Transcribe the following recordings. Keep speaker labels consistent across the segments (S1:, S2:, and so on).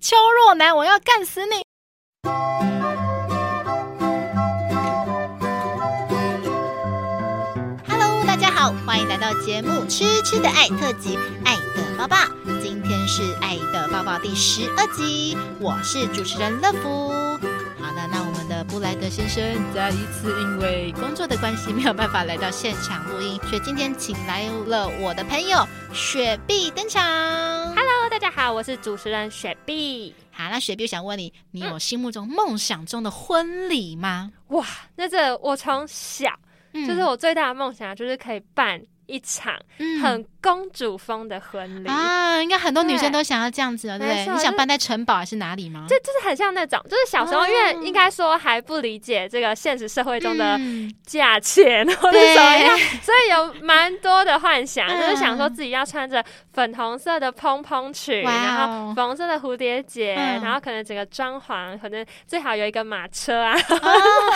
S1: 邱若男，我要干死你！
S2: Hello，大家好，欢迎来到节目《吃吃的爱》特辑《爱的抱抱》，今天是《爱的抱抱》第十二集，我是主持人乐福。好的，那我们的布莱德先生再一次因为工作的关系没有办法来到现场录音，所以今天请来了我的朋友雪碧登场。
S3: Hello，大家好，我是主持人雪碧。
S2: 好，那雪碧我想问你，你有心
S3: 嗯
S2: 目中梦想中的婚礼吗？
S3: 哇，那这我从小、
S2: 嗯
S3: 就是我最大的梦想，就是可以办一场
S2: 嗯
S3: 很公主风的婚礼，
S2: 啊，应该很多女生
S3: 对
S2: 都想要这样子的，对不
S3: 没
S2: 对？
S3: 错
S2: 你想
S3: 就
S2: 办在城堡还是哪里吗？
S3: 这就是很像那种，就是小时候
S2: 哦
S3: 因为应该说还不理解这个现实社会中的
S2: 嗯
S3: 价钱或者
S2: 对
S3: 怎么样，所以有蛮多的幻想，
S2: 嗯
S3: 就是想说自己要穿着粉红色的蓬蓬裙，
S2: 哇哦
S3: 然后粉红色的蝴蝶结，
S2: 嗯
S3: 然后可能整个装潢，可能最好有一个马车啊，
S2: 哦，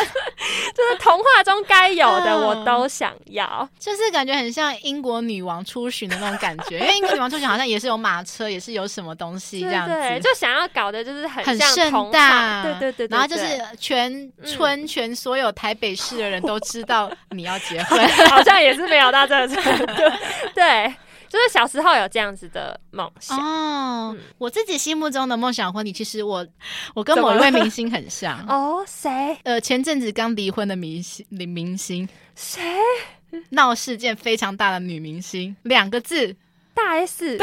S3: 就是童话中该有的
S2: 嗯
S3: 我都想要。
S2: 就是感觉很像英国女王出巡的那种感 觉，因为英国女王出巡好像也是有马车，也是有什么东西这样子，
S3: 对对，就想要搞的就是很
S2: 很
S3: 像
S2: 盛
S3: 童话
S2: 大
S3: 对对对对
S2: 然后就
S3: 对
S2: 是全村、全所有台北市的人都知道你要结婚，
S3: 好像也是没有到这个程 度，对，就是小时候有这样子的梦想。
S2: 哦
S3: 嗯，
S2: 我自己心目中的梦想婚礼，其实我我跟
S3: 怎么
S2: 某一
S3: 了
S2: 位明星很像。
S3: 哦，谁
S2: 呃，前阵子刚离婚的明星，女明星
S3: 谁
S2: 闹事件非常大的女明星，两个字。
S3: 大 S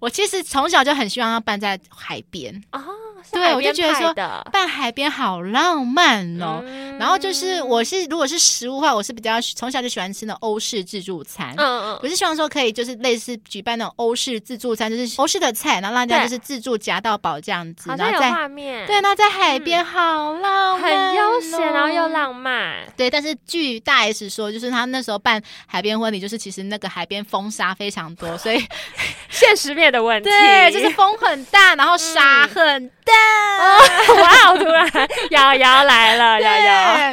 S2: 我其实从小就很希望要办在海边，
S3: 哦，是
S2: 对
S3: 海
S2: 我就
S3: 边
S2: 觉得
S3: 派
S2: 说
S3: 的
S2: 办海边好浪漫哦。
S3: 嗯
S2: 然后就是，我是如果是食物的话，我是比较从小就喜欢吃那种欧式自助餐。
S3: 嗯
S2: 我
S3: 嗯，
S2: 是希望说可以就是类似举办那种欧式自助餐，就是欧式的菜，然后让大家
S3: 对
S2: 就是自助夹到饱这样子，
S3: 好
S2: 然后
S3: 像有
S2: 在
S3: 画面，嗯
S2: 对，，然后在海边好浪漫、哦
S3: 很悠闲，然后又。浪漫。
S2: 对，但是据大 S 说，就是他那时候办海边婚礼，就是其实那个海边风沙非常多，所以
S3: 现实面的问 题，
S2: 对， 就是啊风很大，然后沙
S3: 嗯
S2: 很大。
S3: 哦哇，突然瑶瑶来了，瑶 瑶，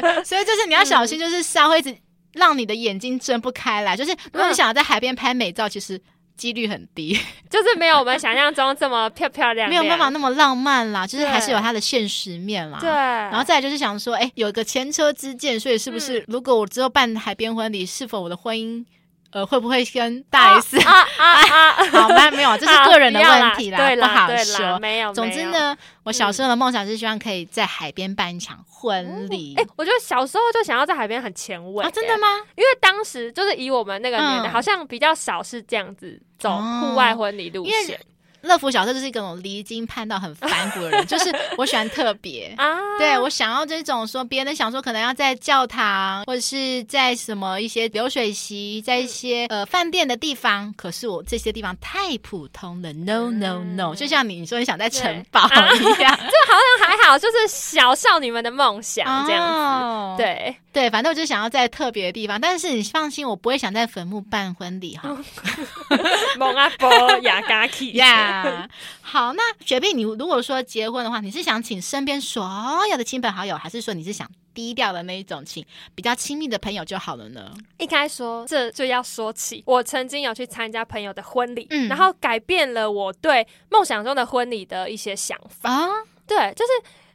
S2: 对，所以就是你要小心，就是沙会一直让你的眼睛睁不开来。就是如果你
S3: 嗯
S2: 想要在海边拍美照，其实几率很低，
S3: 就是没有我们想象中这么漂漂亮亮，
S2: 没有办法那么浪漫啦，就是还是
S3: 对
S2: 有它的现实面啦。
S3: 对，。然
S2: 然后再来就是想说，哎，有个前车之鉴，所以是不是如果我之后办海边婚礼，是否我的婚姻，呃，会不会跟大 S？、
S3: 啊啊啊！
S2: 哎 好，那没有，这是
S3: 好
S2: 个人的
S3: 不要
S2: 问题
S3: 对
S2: 不好
S3: 对啦
S2: 说。
S3: 没有。
S2: 总
S3: 没
S2: 之
S3: 有，
S2: 呢，我小时候的梦想是希望可以在海边办一场婚礼。
S3: 哎、我觉得小时候就想要在海边很前卫、欸
S2: 啊，真的
S3: 吗？
S2: 吗？
S3: 因为当时就是以我们那个年代，
S2: 嗯
S3: 好像比较少是这样子走
S2: 哦
S3: 户外婚礼路
S2: 因为
S3: 线
S2: 乐福小时候就是一个那种离经叛道、很反骨的 人，就是我喜欢特别。
S3: 啊。
S2: 对，我想要这种说，别人想说可能要在教堂，或者是在什么一些流水席，在一
S3: 嗯
S2: 些呃饭店的地方，可是我这些地方太普通了，no no no，、
S3: 嗯
S2: 就像你你说你想在
S3: 对啊
S2: 城堡一样，
S3: 这好像还好，就是小少女们的梦想这样子。
S2: 哦
S3: 对，
S2: 对，反正我就想要在特别的地方，但是你放心，我不会想在坟墓办婚礼 哈。
S3: 蒙阿波雅嘎 k
S2: 呀、好，那雪碧，你如果说结婚的话，你是想请身边所有的亲朋好友，还是说你是想低调的那一种，请比较亲密的朋友就好了呢？
S3: 应该说，这就要说起我曾经有去参加朋友的婚礼，
S2: 嗯
S3: 然后改变了我对梦想中的婚礼的一些想法。
S2: 啊，
S3: 对，就是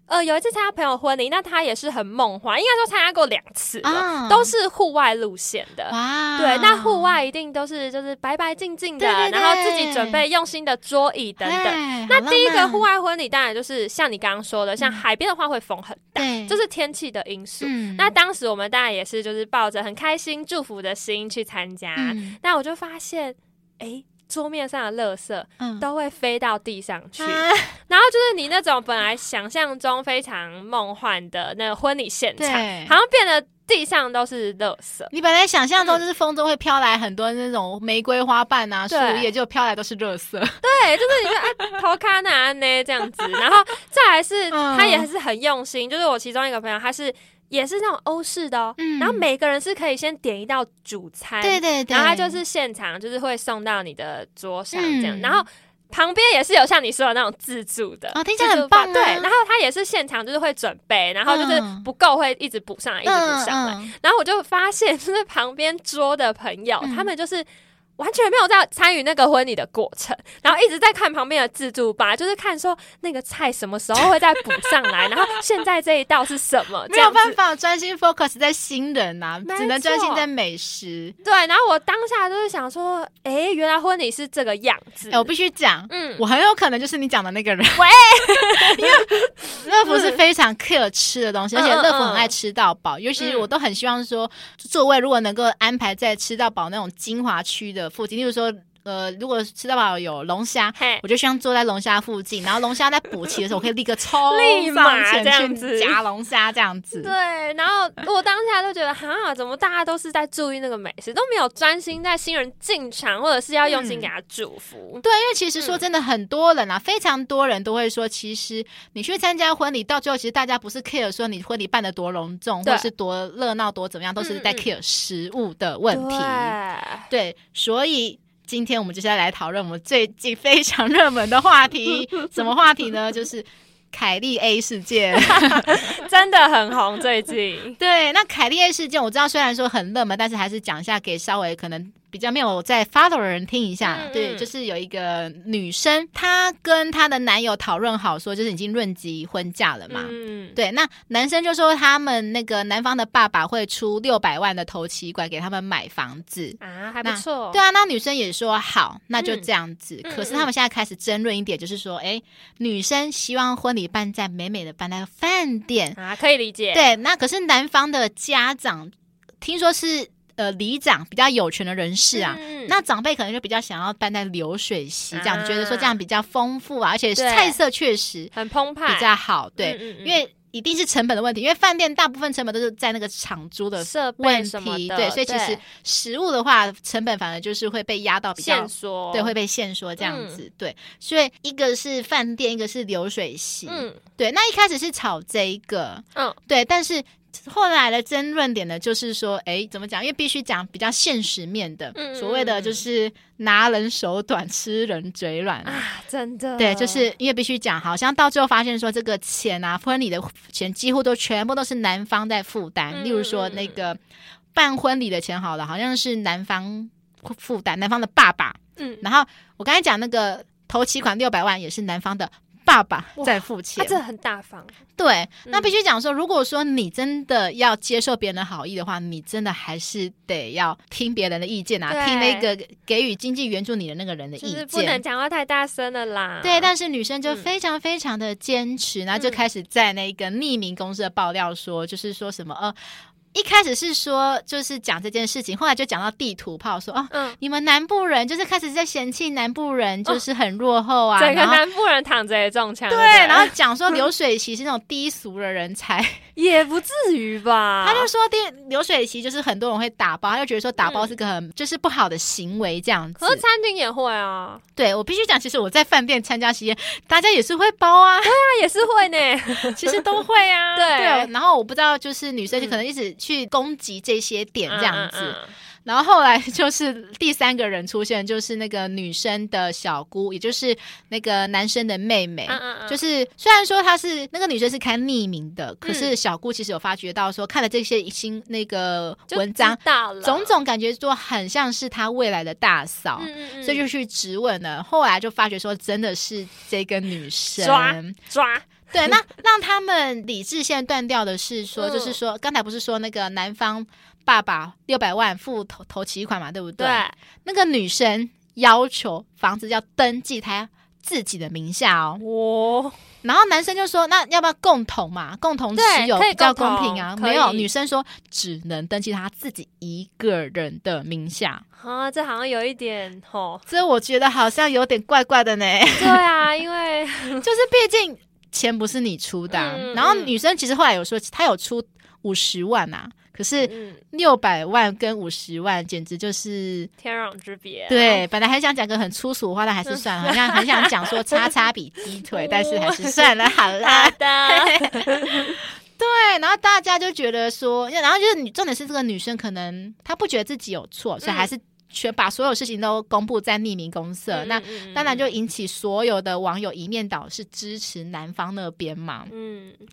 S3: 呃，有一次参加朋友婚礼，那他也是很梦幻，应该说参加过两次了，
S2: 啊
S3: 都是户外路线的。
S2: 哇，
S3: 对，那户外一定都是就是白白净净的，
S2: 啊对对对哎
S3: 然后自己准备用心的桌椅等等。
S2: 等
S3: 那第一个户外婚礼当然就是像你刚刚说的，像海边的话会风很大，
S2: 对，
S3: 就是是天气的因素。
S2: 嗯
S3: 那当时我们当然也是就是抱着很开心祝福的心去参加，
S2: 嗯
S3: 那我就发现，诶，桌面上的垃圾
S2: 嗯
S3: 都会飞到地上去，
S2: 啊
S3: 然后就是你那种本来想象中非常梦幻的那个婚礼现场，
S2: 对
S3: 好像变得地上都是垃圾。
S2: 你本来想象中就是风中会飘来很多那种玫瑰花瓣啊、树
S3: 对
S2: 叶，就飘来都是热色。
S3: 对，就是你说啊，头卡那呢这样子，然后再来是
S2: 嗯
S3: 他也是很用心，就是我其中一个朋友，他是也是那种欧式的哦，
S2: 嗯
S3: 然后每个人是可以先点一道主餐，
S2: 对对对，
S3: 然后他就是现场就是会送到你的桌上
S2: 嗯
S3: 这样，然后。旁边也是有像你说的那种自助的，
S2: 哦听起来很
S3: 自助吧
S2: 棒啊
S3: 对，然后他也是现场就是会准备，然后就是
S2: 嗯
S3: 不够会一直补上来，一直补上来。
S2: 嗯嗯
S3: 然后我就发现，就是旁边桌的朋友，
S2: 嗯
S3: 他们就是完全没有在参与那个婚礼的过程，然后一直在看旁边的自助吧，就是看说那个菜什么时候会再补上来， 然后现在这一道是什么，
S2: 没有
S3: 这样
S2: 办
S3: 子。
S2: 法专心 focus 在新人呐、
S3: 没
S2: 只能专心
S3: 错
S2: 在美食。
S3: 对，然后我当下就是想说，诶，原来婚礼是这个样子。
S2: 哎、我必须讲，
S3: 嗯，
S2: 我很有可能就是你讲的那个人。
S3: 喂，
S2: 因为乐福是非常 care 吃的东西，
S3: 嗯
S2: 而且乐福很
S3: 嗯
S2: 爱吃到饱。尤其是
S3: 嗯
S2: 我都很希望说，座位如果能够安排在吃到饱那种精华区的附近，例如说，呃，如果吃到饱有龙虾。
S3: 嘿，
S2: 我就希望坐在龙虾附近，然后龙虾在补齐的时候，我可以立刻冲
S3: 立马
S2: 上前
S3: 这样
S2: 去
S3: 子
S2: 夹龙虾，这样子。
S3: 对，然后我当下就觉得，哈，怎么大家都是在注意那个美食，都没有专心在新人进场或者是要
S2: 嗯
S3: 用心给他祝福。
S2: 对，因为其实
S3: 嗯
S2: 说真的，很多人啊，非常多人都会说，其实你去参加婚礼，到最后其实大家不是 care 说你婚礼办的多隆重，
S3: 对
S2: 或是多热闹、多怎么样，都是在
S3: 嗯嗯
S2: care 食物的问题。
S3: 对
S2: 对，所以今天我们就是要来讨论我们最近非常热门的话 题，什么话题呢？就是凯利 A 事件。
S3: 真的很红最近。
S2: 对，那凯利 A 事件，我知道虽然说很热门，但是还是讲一下给稍微可能比较没有在 follow 的人听一下。
S3: 嗯
S2: 对，
S3: 嗯
S2: 就是有一个女生，她跟她的男友讨论好说，就是已经论及婚嫁 了嘛。
S3: 嗯，
S2: 对，那男生就说他们那个男方的爸爸会出六百万的头期款给他们买房子，
S3: 啊，还不错。
S2: 对啊，那女生也说好，那就这样子。
S3: 嗯
S2: 可是他们现在开始争论一点，就是说，哎、女生希望婚礼办在美美的办在饭店，
S3: 啊，可以理解。
S2: 对，那可是男方的家长听说是呃里长比较有权的人士啊。
S3: 嗯，
S2: 那长辈可能就比较想要办在流水席这样，
S3: 啊
S2: 觉得说这样比较丰富啊，而且
S3: 对
S2: 菜色确实
S3: 很澎湃，
S2: 比较好，对，
S3: 嗯，嗯嗯
S2: 因为一定是成本的问题，因为饭店大部分成本都是在那个场租的
S3: 设备
S2: 问
S3: 什么
S2: 题，
S3: 的，
S2: 对，所以其实食物的话，成本反而就是会被压到比较
S3: 线，索
S2: 对，会被限缩这样
S3: 嗯
S2: 子，对，所以一个是饭店，一个是流水席，
S3: 嗯
S2: 对，那一开始是炒这一个，
S3: 嗯，
S2: 对，但是后来的争论点呢，就是说，哎，怎么讲？因为必须讲比较现实面的，
S3: 嗯嗯
S2: 所谓的就是拿人手短，吃人嘴软。
S3: 啊，真的
S2: 对，就是因为必须讲，好像到最后发现说，这个钱啊，婚礼的钱几乎都全部都是男方在负担。
S3: 嗯
S2: 例如说
S3: 嗯嗯
S2: 那个办婚礼的钱，好了，好像是男方负担，男方的爸爸。
S3: 嗯
S2: 然后我刚才讲那个头期款六百万也是男方的爸爸
S3: 哇啊
S2: 在付
S3: 他
S2: 钱。
S3: 真的很大方，
S2: 对，
S3: 嗯
S2: 那必须讲说，如果说你真的要接受别人的好意的话，你真的还是得要听别人的意见啊，
S3: 对
S2: 听那个给予经济援助你的那个人的
S3: 就
S2: 意
S3: 是
S2: 见。
S3: 不能讲话太大声了啦。
S2: 对，但是女生就
S3: 嗯
S2: 非常非常的坚持，然后就开始在那个匿名公社爆料说，就是说什么呃，一开始是说就是讲这件事情，后来就讲到地图炮说哦，
S3: 嗯，哦
S2: 你们南部人就是开始在嫌弃南部人就是很落后啊，
S3: 整个
S2: 然后
S3: 南部人躺着也中枪，对不
S2: 对，
S3: 对，嗯
S2: 然后讲说流水席是那种低俗的人才，
S3: 也不至于吧？
S2: 他就说低流水席就是很多人会打包，他就觉得说打包是个很、就是不好的行为这样子
S3: 可。是餐厅也会啊，
S2: 对我必须讲，其实我在饭店参加喜宴，大家也是会包 啊。
S3: 那也是会 呢。
S2: 其实都会啊
S3: 对
S2: 对，然后我不知道，就是女生就可能一直去攻击这些点这样子，
S3: 嗯，嗯嗯
S2: 然后后来就是第三个人出现，就是那个女生的小姑，也就是那个男生的妹妹。
S3: 嗯嗯嗯
S2: 就是虽然说她是那个女生是开匿名的，可
S3: 嗯
S2: 是小姑其实有发觉到说，看了这些新那个
S3: 就
S2: 文章
S3: 知，道了，
S2: 种种感觉说很像是她未来的大嫂。
S3: 嗯，嗯嗯
S2: 所以就去质问了，后来就发觉说真的是这个女生
S3: 抓抓
S2: 对，那 让他们理智线断掉的是说，
S3: 嗯
S2: 就是说，刚才不是说那个男方爸爸六百万付头头期款嘛，对不对？
S3: 对，
S2: 那个女生要求房子要登记她自己的名下哦，
S3: 我
S2: 然后男生就说，那要不要共同嘛？共同持有
S3: 对可以
S2: 比较
S3: 共
S2: 公
S3: 同
S2: 平啊。
S3: 可以
S2: 没有，女生说只能登记她自己一个人的名下，，
S3: 啊，这好像有一点吼
S2: 这我觉得好像有点怪怪的呢。
S3: 对啊，因为
S2: 就是毕竟钱不是你出的啊、
S3: 嗯
S2: 然后女生其实后来有说，她有出五十万啊，可是
S3: 嗯，
S2: 六百万跟五十万简直就是。
S3: 天壤之别，啊
S2: 对，本来还想讲个很粗俗的话，但还是算 了。好像很想讲说叉叉比鸡
S3: 哦
S2: 腿，但是还是算了，好
S3: 好
S2: 啦。
S3: 的，
S2: 对，然后大家就觉得说，然后就是你重点是这个女生可能她不觉得自己有错，
S3: 嗯
S2: 所以还是全把所有事情都公布在匿名公
S3: 嗯
S2: 社。那当然就引起所有的网友一面倒是支持男方那边嘛。
S3: 嗯，嗯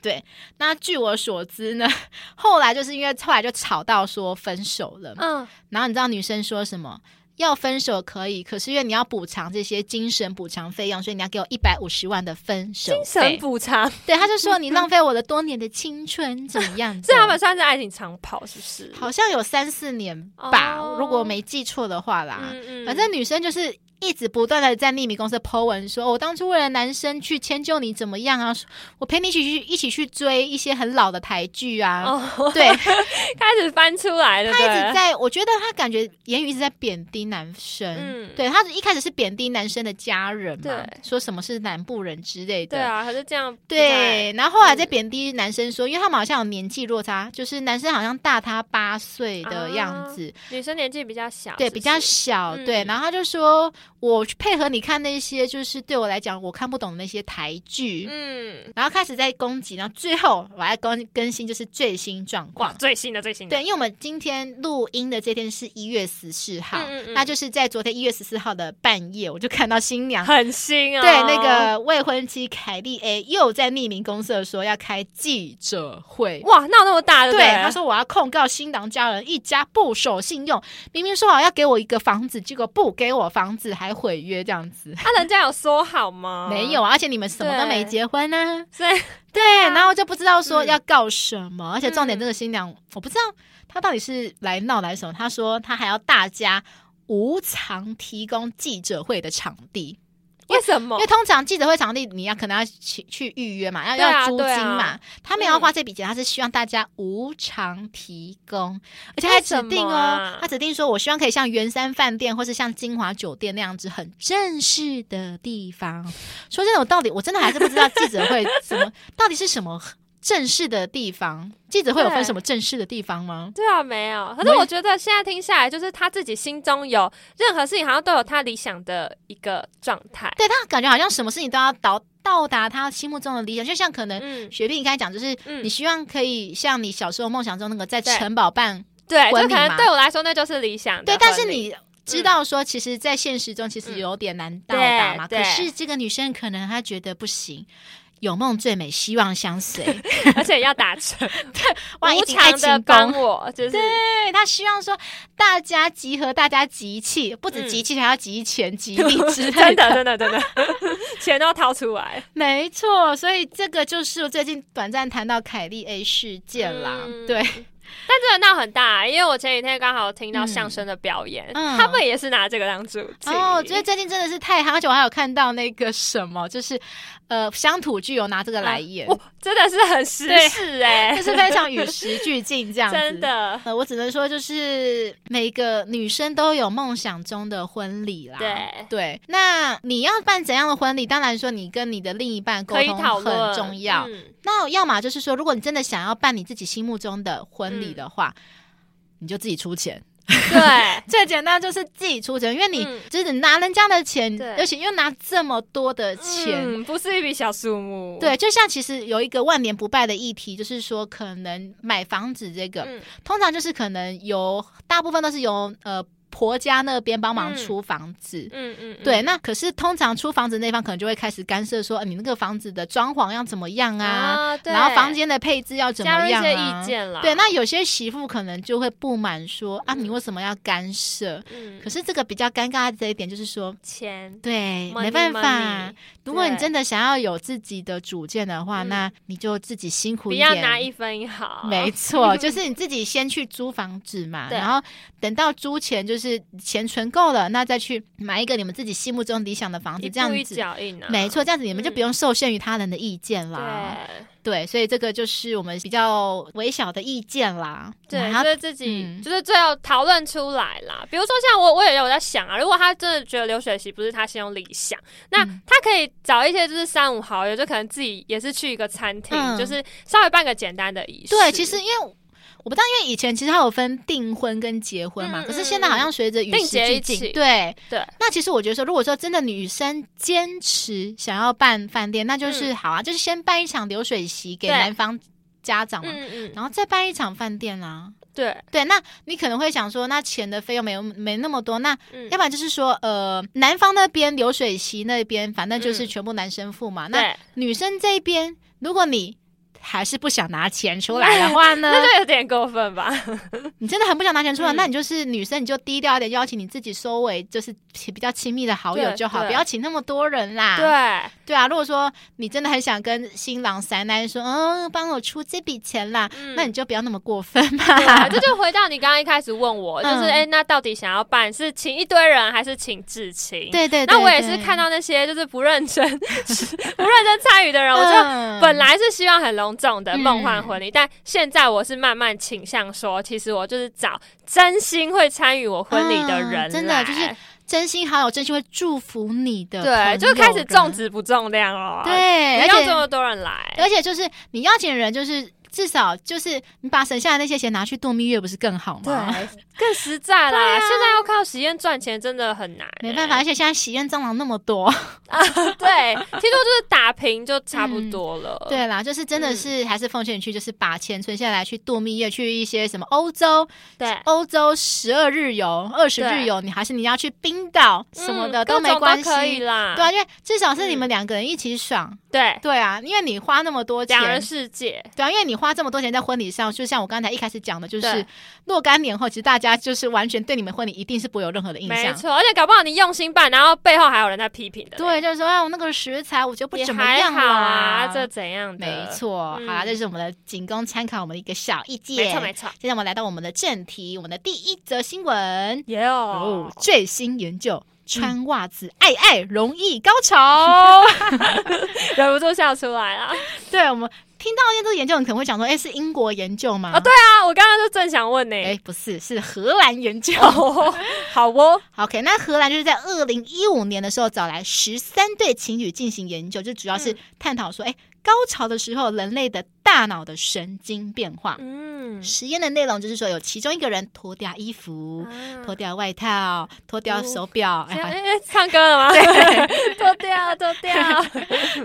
S2: 那据我所知呢， 后来就是因为后来就吵到说分手了。
S3: 嗯，
S2: 然后你知道女生说什么？要分手可以，可是因为你要补偿这些精神补偿费用，所以你要给我一百五十万的分手
S3: 精
S2: 费
S3: 神。补偿，
S2: 对，他就说你浪费我的多年的青春，怎么样的？
S3: 所以他们 算是爱情长跑，是不是？
S2: 好像有三四年吧，
S3: 哦
S2: 如果没记错的话啦。
S3: 嗯嗯
S2: 反正女生就是一直不断的在匿名公司 Po 文说，哦我当初为了男生去迁就你怎么样啊？我陪你一起去一起去追一些很老的台剧啊。
S3: 哦，
S2: 对，
S3: 开始翻出来了，
S2: 他一
S3: 对
S2: 直在，我觉得他感觉言语一直在贬低男生。
S3: 嗯
S2: 对他一开始是贬低男生的家人嘛
S3: 对，
S2: 说什么是南部人之类的。
S3: 对啊，嗯他就这样不太
S2: 对，然后后来再贬低男生说，因为他们好像有年纪落差，就是男生好像大他八岁
S3: 啊
S2: 的样子，
S3: 女生年纪比较小，
S2: 对，
S3: 是不
S2: 比较
S3: 是
S2: 小，
S3: 嗯
S2: 对。然后他就说，我去配合你看那些，就是对我来讲我看不懂的那些台剧，
S3: 嗯，
S2: 然后开始在攻击，然后最后我还更更新就是最新状
S3: 哇，
S2: 况。
S3: 最新的最新的，
S2: 对，因为我们今天录音的这天是一月十四号，
S3: 嗯嗯嗯
S2: 那就是在昨天一月十四号的半夜，我就看到新 娘
S3: 很新啊、
S2: 对，那个未婚妻凯莉 A 又在匿名公社说要开记者会。
S3: 哇，闹那么大
S2: 对
S3: 不对，
S2: 他说我要控告新郎家人一家不守信用，明明说好要给我一个房子，结果不给我房子，还毁约这样子。
S3: 啊，人家有说好吗？
S2: 没有，啊，而且你们什么都
S3: 对
S2: 没结婚呢、
S3: 所以
S2: 对，然后就不知道说
S3: 嗯
S2: 要告什么，而且重点
S3: 嗯
S2: 这个新娘，我不知道她到底是来闹来什么。她说她还要大家无偿提供记者会的场地，
S3: 为什么
S2: 因为？通常记者会场地你要可能要去去预约嘛，要
S3: 哦对啊
S2: 要租金嘛，
S3: 对啊
S2: 他没有要花这笔钱，他是希望大家无偿提供，而且
S3: 为
S2: 还指
S3: 什么
S2: 定哦，
S3: 啊
S2: 他指定说我希望可以像圆山饭店或是像金华酒店那样子很正式的地方。说这种道理，我真的还是不知道记者会什么到底是什么正式的地方，记者会有分
S3: 对
S2: 什么正式的地方吗？
S3: 对啊，没有。可是我觉得现在听下来，就是他自己心中有任何事情，好像都有他理想的一个状态。
S2: 对他感觉好像什么事情都要到到达他心目中的理想，就像可能
S3: 嗯
S2: 雪碧，你刚才讲就是，
S3: 嗯
S2: 你希望可以像你小时候梦想中那个在
S3: 对
S2: 城堡办，
S3: 对，就
S2: 婚礼
S3: 可
S2: 嘛
S3: 能对我来说，那就是理嗯想的
S2: 对，但是
S3: 婚礼
S2: 你知道说，其实，在现实中其实
S3: 嗯
S2: 有点难到达嘛。
S3: 对
S2: 可
S3: 对
S2: 是这个女生可能她觉得不行。有梦最美，希望相随。
S3: 而且要达成，
S2: 哇，一
S3: 无
S2: 定爱
S3: 偿
S2: 情
S3: 的帮
S2: 宫，
S3: 我，就是
S2: 对她希望说大家集合，大家集气，不止
S3: 嗯
S2: 集气，还要集钱、集力 之类
S3: 真的，真的，真的，钱都掏出 来。
S2: 没错，所以这个就是我最近短暂谈到凯莉 A 事件啦。
S3: 嗯
S2: 对，
S3: 但这个闹很大，因为我前几天刚好听到相声的表演，
S2: 嗯嗯
S3: 他们也是拿这个当主题。
S2: 哦，所以最近真的是太夯，而且我还有看到那个什么，就是呃乡土剧有拿这个来演，
S3: 哇，真的是很时
S2: 对
S3: 事哎、
S2: 就是非常与时俱进这样子。
S3: 真。的。
S2: 呃，我只能说，就是每个女生都有梦想中的婚礼啦。
S3: 对
S2: 对，那你要办怎样的婚礼？当然说，你跟你的另一半沟
S3: 可以
S2: 通
S3: 讨论，
S2: 很重要。
S3: 嗯
S2: 那要么就是说，如果你真的想要办你自己心目中的婚礼的话，你就自己出钱。，
S3: 对
S2: 最简单就是自己出钱，因为 你
S3: 嗯
S2: 就是拿人家的钱，
S3: 对
S2: 而且又拿这么多的钱。
S3: 嗯、不是一笔小数目。
S2: 对，就像其实有一个万年不败的议题，就是说可能买房子这个，
S3: 嗯
S2: 通常就是可能由大部分都是由呃婆家那边帮忙
S3: 嗯
S2: 出房子。
S3: 嗯嗯，嗯
S2: 对，那可是通常出房子那方可能就会开始干涉说，呃、你那个房子的装潢要怎么样啊？
S3: 啊，对
S2: 然后房间的配置要怎
S3: 加
S2: 么
S3: 入一
S2: 样
S3: 些
S2: 啊？
S3: 意见啦。
S2: 对，那有些媳妇可能就会不满说啊，你为什么要干涉？
S3: 嗯
S2: 可是这个比较尴尬的这一点就是说，
S3: 钱
S2: 对，
S3: money，
S2: 没办法
S3: money，。
S2: 如果你
S3: 对
S2: 真的想要有自己的主见的话，
S3: 嗯
S2: 那你就自己辛苦
S3: 不
S2: 一
S3: 要
S2: 点。
S3: 拿一分一毫，
S2: 没 错，就是你自己先去租房子嘛，
S3: 对
S2: 然后等到租钱就是钱存够了，那再去买一个你们自己心目中理想的房子，
S3: 一
S2: 这样
S3: 步一
S2: 子。
S3: 脚印啊，
S2: 没错，这样子你们就
S3: 嗯
S2: 不用受限于他人的意见啦。
S3: 对。
S2: 对，所以这个就是我们比较微小的意见啦。我
S3: 对，
S2: 们
S3: 就
S2: 还要
S3: 是自己、
S2: 嗯
S3: 就是最后讨论出来啦。比如说像我，我也有在想啊，如果他真的觉得留学习不是他心中理想，那
S2: 嗯
S3: 他可以找一些就是三五好友，就可能自己也是去一个餐厅，
S2: 嗯
S3: 就是稍微办个简单的仪式。
S2: 对，其实因为我不知道，因为以前其实它有分订婚跟结婚嘛，
S3: 嗯
S2: 可是现在好像随着与
S3: 嗯
S2: 时
S3: 嗯订结
S2: 俱
S3: 一起
S2: 进，对
S3: 对。
S2: 那其实我觉得说，如果说真的女生坚持想要办饭店，那就是好啊，就是先办一场流水席给
S3: 嗯对
S2: 男方家长嘛，
S3: 嗯嗯，
S2: 然后再办一场饭店啦。
S3: 对，
S2: 对，那你可能会想说，那钱的费用没有没那么多，那
S3: 嗯
S2: 要不然就是说，呃，男方那边流水席那边，反正就是
S3: 嗯
S2: 全部男生付嘛。那
S3: 对，
S2: 女生这边，如果你还是不想拿钱出来的话呢，
S3: 那 就有点过分吧？
S2: 你真的很不想拿钱出来，
S3: 嗯
S2: 那你就是女生，你就低调一点，邀请你自己收为就是比较亲密的好友
S3: 对
S2: 就好，
S3: 对
S2: 不要请那么多人啦。
S3: 对，
S2: 对啊，如果说你真的很想跟新郎塞奶说，嗯，帮我出这笔钱啦，
S3: 嗯
S2: 那你就不要那么过分
S3: 对啊，
S2: 嘛。
S3: 这就回到你刚刚一开始问我，就是
S2: 嗯
S3: 哎、诶那到底想要办是请一堆人还是请至亲？
S2: 对对对，
S3: 那我也是看到那些就是不认真、 不认真参与的人，
S2: 对，
S3: 我就
S2: 就
S3: 本来是希望很隆重的
S2: 嗯
S3: 梦幻婚礼，但现在我是慢慢倾向说，其实我就是找真心会参与我婚礼的人、
S2: 嗯真的就是真心好友真心会祝福你的朋友
S3: 对，
S2: 跟，
S3: 就开始重质不重量了。，
S2: 对，
S3: 不
S2: 而
S3: 要
S2: 且
S3: 这么多人来。
S2: 而且就是你邀请的人，就是至少就是你把省下的那些钱拿去度蜜月，不是更好吗？，
S3: 更实在啦！现在要靠喜宴赚钱真的很难、
S2: 啊没办法，而且现在喜宴蟑螂那么多，
S3: 欸，对，听说就是打平就差不多了。
S2: 对啦，就是真
S3: 嗯
S2: 的是还是奉劝你去，就是把钱存下来去度蜜月，去一些什么欧洲、
S3: 对
S2: 欧洲十二日游、二十
S3: 对
S2: 日游，你还是你要去冰岛什么的、
S3: 嗯
S2: 都
S3: 各
S2: 没
S3: 种
S2: 关系，
S3: 可以啦。嗯
S2: 对啊，因为至少是你们两个人一起爽，
S3: 对，
S2: 对啊，因为你花那么多钱，
S3: 两人世界，
S2: 对啊，因为你花这么多钱在婚礼上，就像我刚才一开始讲的，就是
S3: 对
S2: 若干年后，其实大家就是完全对你们婚礼一定是不会有任何的印
S3: 没
S2: 象。
S3: 错。而且搞不好你用心办，然后背后还有人在批评的。
S2: 对，就是说啊，我那个食材我觉得不
S3: 也
S2: 怎么
S3: 还
S2: 样
S3: 好啊，
S2: 啦
S3: 这怎样的？
S2: 没，错。
S3: 嗯
S2: 好啦，这是我们的仅供参考，我们的一个小意见。
S3: 没错，没错。
S2: 现在我们来到我们的正题，我们的第一则新闻
S3: 也有
S2: 哦，最新研究。穿袜子爱爱容易高潮，
S3: 嗯 哦，忍不住笑出来了
S2: 对我们听到这个研究，你可能会讲说，哎，是英国研究吗？
S3: 啊！对，啊，我刚刚就正想问呢、
S2: 哎，不是，是荷兰研究。
S3: 哦，好哦，
S2: OK，那荷兰就是在二零一五年的时候找来十三对情侣进行研究，就主要是
S3: 嗯
S2: 探讨说，哎、高潮的时候人类的大脑的神经变化。
S3: 嗯，
S2: 实验的内容就是说，有其中一个人脱掉衣服、脱
S3: 啊
S2: 掉外套、脱掉
S3: 哦
S2: 手表，
S3: 哎
S2: 哎、
S3: 哎唱歌了吗？ 脱掉，脱 掉，
S2: 哎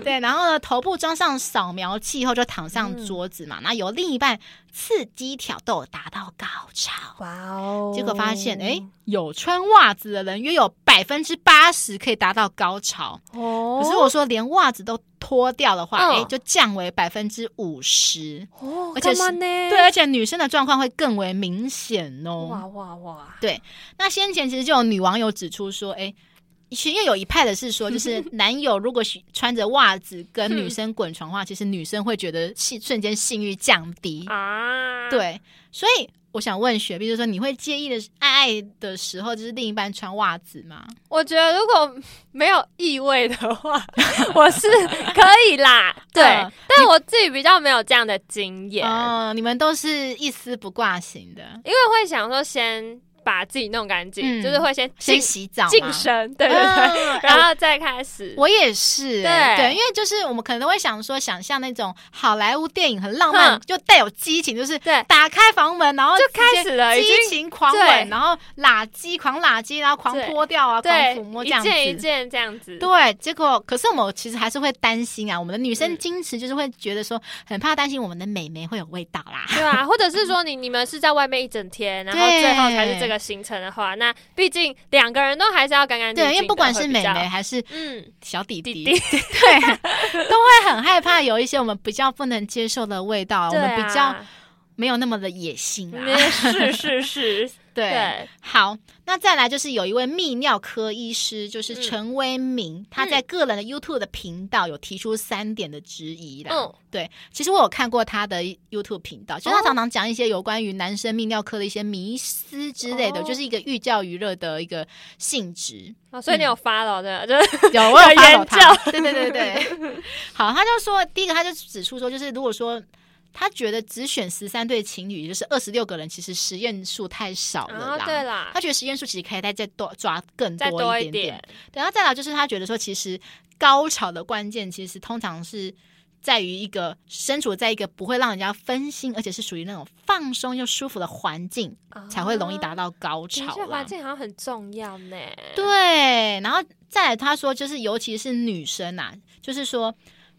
S2: 对，然后呢，头部装上扫描器后就躺上桌子
S3: 嗯
S2: 嘛。那、有另一半刺激挑逗，达到高潮。
S3: 哇哦
S2: 结果发现，哎、有穿袜子的人约有百分之八十可以达到高潮。
S3: 哦，
S2: 可是我说连袜子都脱掉的话，
S3: 嗯
S2: 哎、就降为百分之五十。
S3: 哦，
S2: 而且
S3: 干嘛
S2: 是
S3: 呢，
S2: 对，而且女生的状况会更为明显哦。
S3: 哇哇哇，
S2: 那先前其实就有女网友指出说，哎、其实因为有一派的是说，就是 男友如果喜穿着袜子跟
S3: 嗯
S2: 女生滚床的话，其实女生会觉得性瞬间性欲降低。
S3: 啊，，
S2: 对，所以我想问雪碧，就是说你会介意的是爱爱的时候，就是另一半穿袜子吗？
S3: 我觉得如果没有异味的话， 我是可以啦。 对，
S2: 嗯
S3: 但我自己比较没有这样的经验，
S2: 哦、你们都是一丝不挂型的，
S3: 因为会想说先把自己弄干净，
S2: 嗯
S3: 就是会先
S2: 先
S3: 净
S2: 洗澡吗
S3: 净身，对对对，
S2: 嗯
S3: 然后再开始。
S2: 我也是欸、
S3: 对
S2: 对，因为就是我们可能都会想说，想象那种好莱坞电影很浪漫
S3: 哼，
S2: 就带有激情，就是
S3: 对
S2: 打开房门，然后
S3: 就
S2: 直接
S3: 开始了，已经
S2: 激情狂
S3: 对
S2: 吻，然后拉鸡狂拉鸡，然后狂
S3: 对
S2: 泼掉啊，狂
S3: 对
S2: 抚摸，这
S3: 一
S2: 样子。
S3: 件一件这样子。
S2: 对，啊结果可是我们其实还是会担心啊，我们的女生
S3: 嗯
S2: 矜持就是会觉得说，很怕担心我们的美眉会有味道啦。
S3: 对啊，或者是说你你们是在外面一整天，然后
S2: 对
S3: 最后才是这个行程的话，那毕竟两个人都还是要干干嗯净净的。
S2: 对，因为不管是
S3: 会比
S2: 美
S3: 较
S2: 眉，还是
S3: 嗯，
S2: 小弟弟，
S3: 弟弟
S2: 对， 都会很害怕有一些我们比较不能接受的味道，我
S3: 对
S2: 们
S3: 啊，
S2: 比较没有那么的野性啦。
S3: 嗯是是是，对，
S2: 好，那再来就是有一位泌尿科医师，就是
S3: 嗯
S2: 陈威明，他在个人的 YouTube 的频道有提出三点的质疑啦。
S3: 嗯，
S2: 对，其实我有看过他的 YouTube 频道，
S3: 哦
S2: 就是他常常讲一些有关于男生泌尿科的一些迷思之类的，
S3: 哦
S2: 就是一个寓教于乐的一个性质。
S3: 哦，所以你
S2: 嗯
S3: 有 follow 的，就是
S2: 有我有 follow
S3: 有研
S2: 他，对对对对。 好，他就说第一个，他就指出说，就是如果说。他觉得只选十三对情侣，也就是二十六个人，其实实验数太少了
S3: 啊，
S2: 哦啦。
S3: 对啦，
S2: 他觉得实验数其实可以再再多抓更
S3: 再
S2: 多
S3: 多
S2: 一点
S3: 点
S2: 点。，对，然后再来就是他觉得说，其实高潮的关键其实通常是在于一个身处在一个不会让人家分心，而且是属于那种放松又舒服的环境，才会容易达
S3: 到
S2: 到高潮
S3: 哦的确，
S2: 啦
S3: 环。境好像很重要呢。
S2: 对，然后再来他说，就是尤其是女生啊，就是说，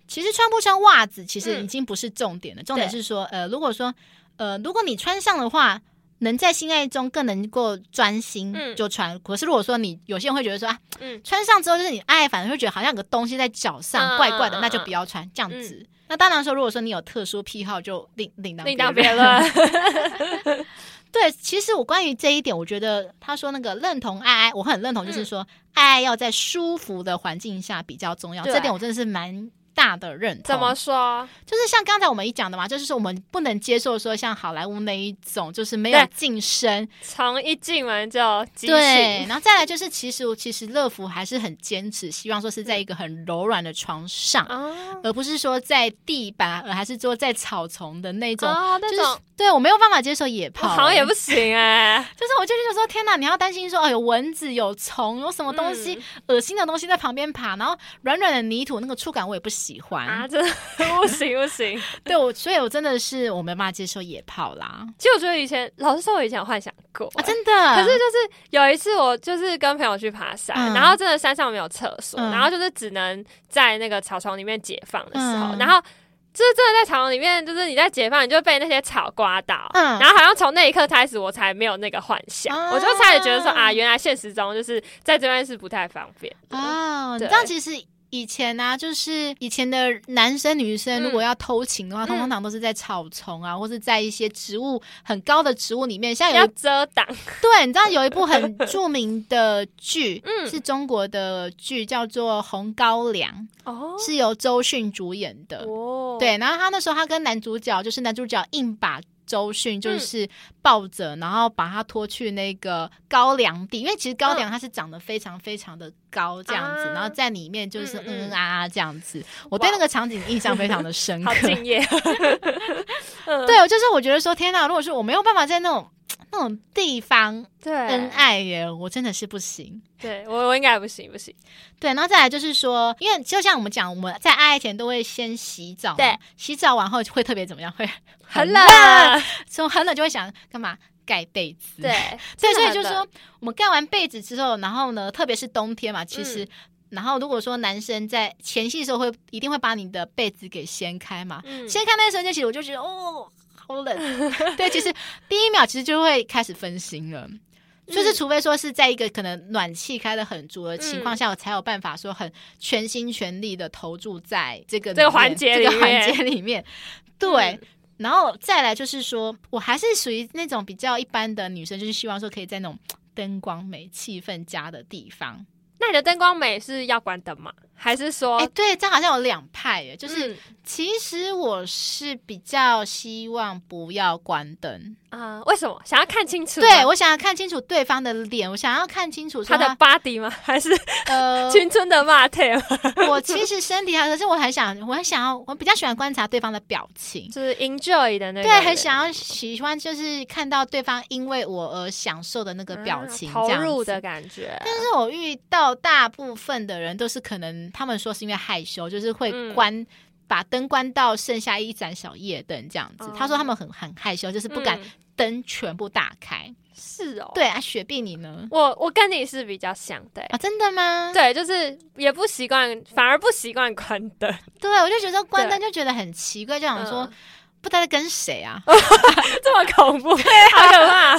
S2: 其实穿不穿袜子其实
S3: 嗯
S2: 已经不是重点了，重点
S3: 对
S2: 是说，呃，如果说，呃，如果你穿上的话，能在性爱中更能够专心
S3: 嗯
S2: 就穿。可是如果说你有些人会觉得说啊，
S3: 嗯
S2: 穿上之后就是你爱，反正会觉得好像有个东西在脚上，
S3: 嗯
S2: 怪怪的，
S3: 嗯
S2: 那就不要穿这样子。那当然说，如果说你有特殊癖好，就另另当
S3: 另当
S2: 啊别
S3: 别论。
S2: 对，其实我关于这一点，我觉得他说那个认同爱爱，我很认同，
S3: 嗯
S2: 就是说、爱爱要在舒服的环境下比较重要。
S3: 对
S2: 这点我真的是蛮大的认同。
S3: 怎么说？
S2: 就是像刚才我们一讲的嘛，就是说我们不能接受说像好莱坞那一种，就是没有
S3: 对
S2: 晋升。
S3: 从一进门就激
S2: 对，
S3: 情，
S2: 然后再来就是，其实其实乐福还是很坚持，希望说是
S3: 嗯
S2: 在一个很柔软的床上，
S3: 啊
S2: 而不是说在地板，而还是说在草丛的那种。
S3: 啊
S2: 就
S3: 那
S2: 是
S3: 种。
S2: 对我没有办法接受野
S3: 我
S2: 炮、
S3: 好像
S2: 欸
S3: 也不行哎、
S2: 就是我就觉得说，天哪，你要担心说，哦，有蚊子、有虫、有什么东
S3: 嗯
S2: 西、恶心的东西在旁边爬，然后软软的泥土那个触感我也不喜欢。
S3: 啊，真的 不行不行。
S2: 对我，所以我真的是我没办法接受野炮啦
S3: 其实我觉得以前，老实说，我以前有幻想过、
S2: 啊，真的。
S3: 可是就是有一次，我就是跟朋友去爬山，
S2: 嗯
S3: 然后真的山上没有厕所，
S2: 嗯
S3: 然后就是只能在那个草丛里面解放的时候，
S2: 嗯
S3: 然后就是真的在草丛里面，就是你在解放，你就被那些草刮到，
S2: 嗯
S3: 然后好像从那一刻开始，我才没有那个幻想，
S2: 啊
S3: 我就差点觉得说啊，原来现实中就是在这边是不太方便的。
S2: 哦，你
S3: 对
S2: 知道其实。以前呢、啊，就是以前的男生女生，
S3: 嗯
S2: 如果要偷情的话，通
S3: 嗯
S2: 常都是在草丛啊，或是在一些植物很高的植物里面。像有
S3: 要
S2: 一
S3: 遮挡，
S2: 对，你知道有一部很著名的剧，
S3: 嗯
S2: 是中国的剧，叫做《红高粱
S3: 哦》，
S2: 是由周迅主演的。
S3: 哦，
S2: 对，然后他那时候他跟男主角，就是男主角硬把周迅
S3: 嗯
S2: 就是抱着，然后把他拖去那个高粱地，因为其实高粱它是长得非常非常的高这样子，
S3: 嗯啊
S2: 然后在里面就是
S3: 嗯
S2: 嗯
S3: 嗯
S2: 啊啊这样子，我对那个场景印象非常的深刻
S3: 好。敬业，嗯
S2: 对，就是我觉得说天哪，如果是我没有办法在那种那种地方
S3: 对，
S2: 恩爱耶，我真的是不行。
S3: 对我我应该不行不行，
S2: 对，然后再来就是说，因为就像我们讲，我们在爱爱前都会先洗澡嘛，
S3: 对，
S2: 洗澡完后会特别怎么样？会
S3: 很冷
S2: 冷， 所以很冷就会想干嘛？盖被子。
S3: 对，
S2: 对，
S3: 真
S2: 所
S3: 的
S2: 以
S3: 很
S2: 就是
S3: 冷
S2: 说，我们盖完被子之后，然后呢，特别是冬天嘛，其
S3: 嗯
S2: 实。然后，如果说男生在前戏的时候会一定会把你的被子给掀开嘛，
S3: 嗯
S2: 掀开那一瞬间，其实我就觉得 哦，好冷。对，其实第一秒其实就会开始分心了，
S3: 嗯
S2: 就是除非说是在一个可能暖气开的很足的情况下，我才有办法说很全心全力的投注在这个
S3: 这
S2: 里
S3: 个
S2: 面
S3: 环节
S2: 这
S3: 里
S2: 个环
S3: 面嗯
S2: 节里 面。对，然后再来就是说，我还是属于那种比较一般的女生，就是希望说可以在那种灯光美、气氛佳的地方。
S3: 那你的灯光美是要关灯吗？还是说
S2: 哎、，对，这好像有两派耶，就是、
S3: 嗯
S2: 其实我是比较希望不要关灯，
S3: 啊、为什么想要看清楚
S2: 嗯
S3: 吗？
S2: 对我想要看清楚对方的脸，我想要看清楚说
S3: 他的 body 吗？还是
S2: 呃，
S3: 青春的 body 吗？
S2: 我其实身体还可是我很想，我很想要，我比较喜欢观察对方的表情。
S3: 就是 enjoy 的那个
S2: 对，
S3: 人，
S2: 很想要喜欢，就是看到对方因为我而享受的那个表情，
S3: 啊
S2: 这
S3: 投
S2: 样
S3: 入
S2: 子
S3: 的感觉。
S2: 但是我遇到大部分的人都是可能他们说是因为害羞，就是会
S3: 嗯
S2: 关、把灯关到剩下一盏小夜灯这样子。
S3: 哦
S2: 他说他们很很害羞，就是不敢
S3: 嗯
S2: 灯全部打开。
S3: 是哦，，
S2: 对啊，雪碧你呢？
S3: 我我跟你是比较像的、欸
S2: 啊，真的吗？
S3: 对，就是也不习惯，反而不习惯关灯，
S2: 对，我就觉得关灯就觉得很奇怪，就想说、
S3: 嗯
S2: 不知道在跟谁啊。
S3: 这么恐 怖，好可怕。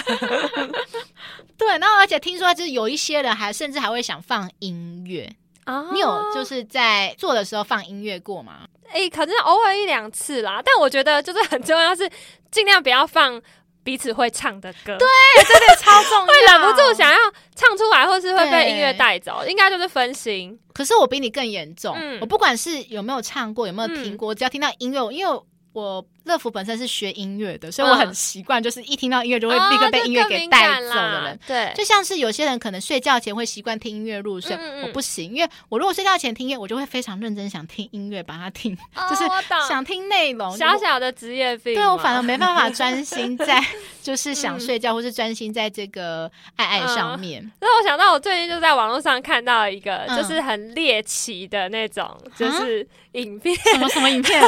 S2: 对，然后而且听说就是有一些人还甚至还会想放音乐。
S3: 啊
S2: 你有就是在做的时候放音乐过吗？
S3: 诶、可能偶尔一两次啦，但我觉得就是很重要是尽量不要放彼此会唱的歌，对，
S2: 真的超重要，
S3: 会忍不住想要唱出来，或是会被音乐
S2: 啊对
S3: 带走，应该就是分心。
S2: 可是我比你更严重，
S3: 嗯
S2: 我不管是有没有唱过，有没有听过，只要听到音乐，因为我乐福本身是学音乐的，所以我很习惯，就是一听到音乐嗯哦就会立刻被音乐给带走的人。
S3: 哦这更敏感啦对，
S2: 就像是有些人可能睡觉前会习惯听音乐入睡，
S3: 嗯嗯嗯
S2: 我不行，因为我如果睡觉前听音乐，我就会非常认真想听音乐，把它听，
S3: 哦
S2: 就是
S3: 我懂
S2: 想听内容。
S3: 小
S2: 我
S3: 小的职业病嘛，
S2: 对我反而没办法专心 在，就是想睡觉，或是专心在这个爱爱上
S3: 嗯
S2: 面。
S3: 让我想到我最近就在网络上看到一个
S2: 嗯啊
S3: 就是很猎奇的那种，就是影片，
S2: 什么什么影 片？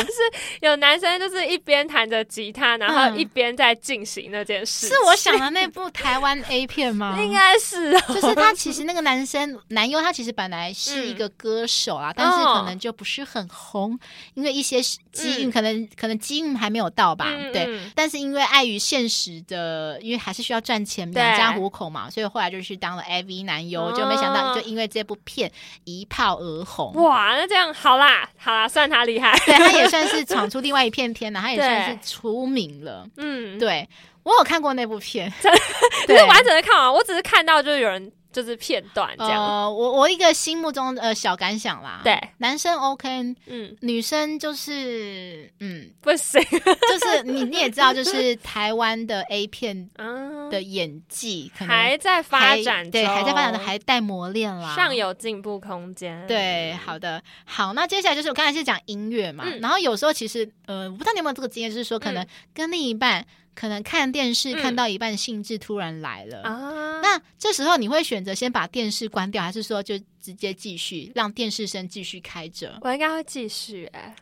S3: 有男生就是一边弹着吉他，然后
S2: 嗯
S3: 一边在进行那件事，
S2: 是我想的那部台湾 A 片吗？
S3: 应该是哦
S2: 就是他其实那个男生男优，他其实本来是一个歌手啊，但是可能就不是很红，因为一些机运，
S3: 哦嗯
S2: 可能可能机运还没有到吧，
S3: 嗯
S2: 对。
S3: 嗯
S2: 但是因为碍于现实的，因为还是需要赚钱
S3: 对
S2: 养家糊口嘛，所以后来就去当了 AV 男优，
S3: 哦
S2: 就没想到就因为这部片一炮而红。
S3: 哇，那这样好啦，好啦，算他厉害。
S2: 对，他也算是闯出另外一片天啊了，他也
S3: 对
S2: 算是出名了。
S3: 嗯，
S2: 对我有看过那部片，
S3: 可是
S2: 对
S3: 完整的看完，我只是看到就是有人就是片段这样。
S2: 呃，我我一个心目中呃小感想啦，，
S3: 对，
S2: 男生 OK，
S3: 嗯，
S2: 女生就是嗯，
S3: 不 行，
S2: 就是你你也知道，就是台湾的 A 片
S3: 嗯，
S2: 的演技可能
S3: 还在发
S2: 还
S3: 展，
S2: 对，还在发展的，还带磨练啦，
S3: 尚有进步空间。
S2: 对，好的，好，那接下来就是我刚才是讲音乐嘛，
S3: 嗯
S2: 然后有时候其实，呃，我不知道你有没有这个经验，就是说可能跟另一半、可能看电视看
S3: 嗯
S2: 到一半，兴致突然来了。
S3: 啊，
S2: 那这时候你会选择先把电视关掉，还是说就直接继续让电视声继续开着？
S3: 我应该会继续哎、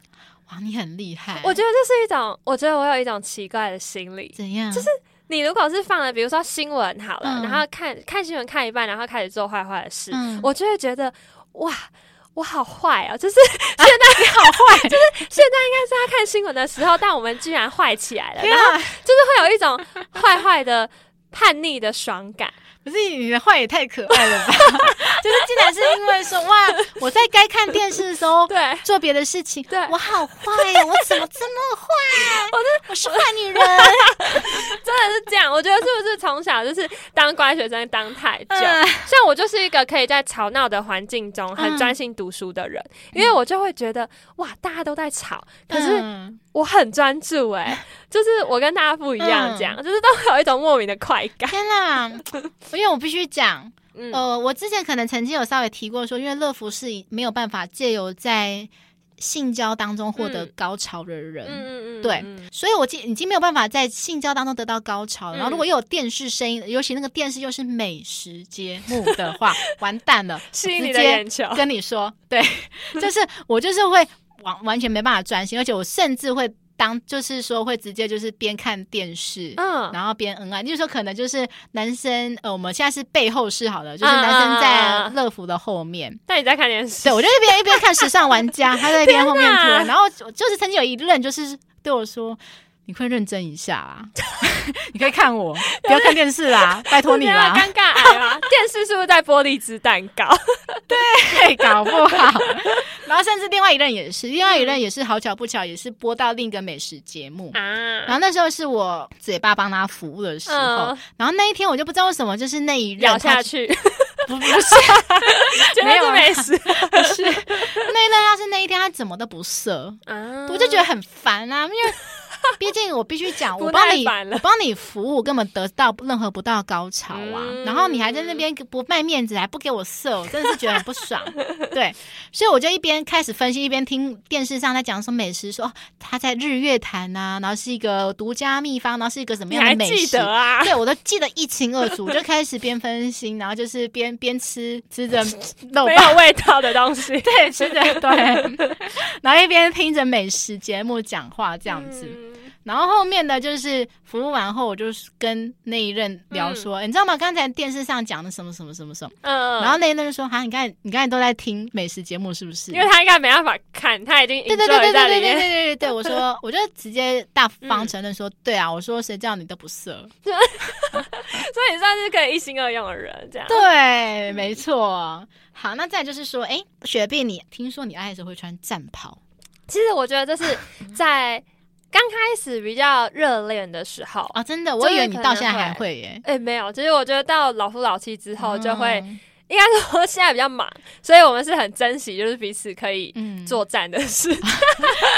S2: 哇，你很厉害！
S3: 我觉得这是一种，我觉得我有一种奇怪的心理。
S2: 怎样？就是
S3: 你如果是放了，比如说新闻好了，
S2: 嗯
S3: 然后看看新闻看一半，然后开始做坏坏的事，
S2: 嗯
S3: 我就会觉得哇。我好坏 哦！就是现在、你好坏， 就是现在应该是他看新闻的时候，但我们居然坏起来了，
S2: 天
S3: 然
S2: 啊
S3: 后就是会有一种坏坏的叛逆的爽感。
S2: 可是你的话也太可爱了吧！就是竟然是因为说哇， 我在该看电视的时候
S3: 对，
S2: 做别的事情，
S3: 对
S2: 我好坏哦呀、我怎么这么坏？ 我我是坏女人。
S3: 真的是这样。我觉得是不是从小就是当乖学生当太久？
S2: 嗯
S3: 像我就是一个可以在吵闹的环境中很专心读书的人，因为我就会觉得哇，大家都在吵，可是
S2: 嗯
S3: 我很专注、欸，就是我跟大家不一样，这样、
S2: 嗯
S3: 就是都会有一种莫名的快感。
S2: 天哪！因为我必须讲，
S3: 嗯，
S2: 呃，我之前可能曾经有稍微提过说，因为乐福是没有办法借由在性交当中获得
S3: 嗯
S2: 高潮的人。
S3: 嗯嗯嗯，
S2: 对
S3: 嗯
S2: 所以我已已经没有办法在性交当中得到高潮，
S3: 嗯
S2: 然后如果又有电视声音，尤其那个电视又是美食节目的 话，完蛋了！
S3: 吸引
S2: 直
S3: 你的
S2: 接
S3: 眼球。
S2: 跟你说， 对，就是我就是会完完全没办法专心，而且我甚至会当就是说会直接就是边看电视。
S3: 嗯，
S2: 然后边恩爱，就是说可能就是男生，呃，我们现在是背后式好了，就是
S3: 嗯嗯
S2: 男生
S3: 嗯
S2: 在
S3: 嗯嗯
S2: 乐福的后面，
S3: 但你在看电视
S2: 对，我就一边一边看时尚玩 家，他在一边后面突然，
S3: 天
S2: 然后我就是曾经有一任就是对我说：“你快认真一下啊， 你可以看我，不要看电视啦，拜托你
S3: 这样
S2: 啦。”
S3: 尴尬癌吗？电视是不是在玻璃之蛋 糕？
S2: 对， 搞不好。嗯然后甚至另外一任也是，另外一任也是好巧不巧，也是播到另一个美食节目。然
S3: 啊，
S2: 后那时候是我嘴巴帮他服务的时候，
S3: 嗯
S2: 然后那一天我就不知道为什么，就是那一任
S3: 咬
S2: 他
S3: 下去，
S2: 不不是
S3: 绝
S2: 没
S3: 对
S2: 有
S3: 是
S2: 啊
S3: 美食。
S2: 不 是那一任，他是那一天他怎么都不射，
S3: 啊
S2: 我就觉得很烦啊，因为毕竟我必须讲，
S3: 不
S2: 我帮你
S3: 耐烦了
S2: 我帮你服务，根本得到任何不到高潮啊，
S3: 嗯
S2: 然后你还在那边不卖面子，还不给我射，我真的是觉得很不爽。对，所以我就一边开始分析，一边听电视上在讲什么美食，说哦他在日月潭啊，然后是一个独家秘方，然后是一个什么
S3: 你
S2: 样
S3: 还
S2: 的美
S3: 记
S2: 食。
S3: 得啊？
S2: 对，我都记得一清二楚，我就开始边分心，然后就是边边吃吃 着肉
S3: 没
S2: 包，
S3: 有味道的东 西，
S2: 对，吃着对，然后一边听着美食节目讲话这
S3: 这
S2: 样子。然后后面的就是服务完后，我就是跟那一任聊说，诶你知道吗？刚才电视上讲的什么什么什么什么，
S3: 嗯，
S2: 然后那一任就说，哈，你刚才你刚才都在听美食节目是不是？
S3: 嗯因为他应该没办法看，他已经
S2: 对对对对
S3: enjoy
S2: 对
S3: 在
S2: 对
S3: 里
S2: 对对
S3: 面，
S2: 对对对，我说我就直接大方承认说，对啊，我说谁叫你都不色，
S3: 所以你算是可以一心二用的人，这样。
S2: 对，没错。好，那再来就是说，哎，雪碧，你听说你爱的时候会穿战袍，
S3: 其实我觉得这 是在刚开始比较热恋的时候，
S2: 哦，真的，我以为你
S3: 真的可能
S2: 到现在还会耶。
S3: 哎，没有，其实我觉得到老夫老妻之后就会，
S2: 嗯
S3: 应该说现在比较忙，所以我们是很珍惜，就是彼此可以
S2: 嗯
S3: 作战的事，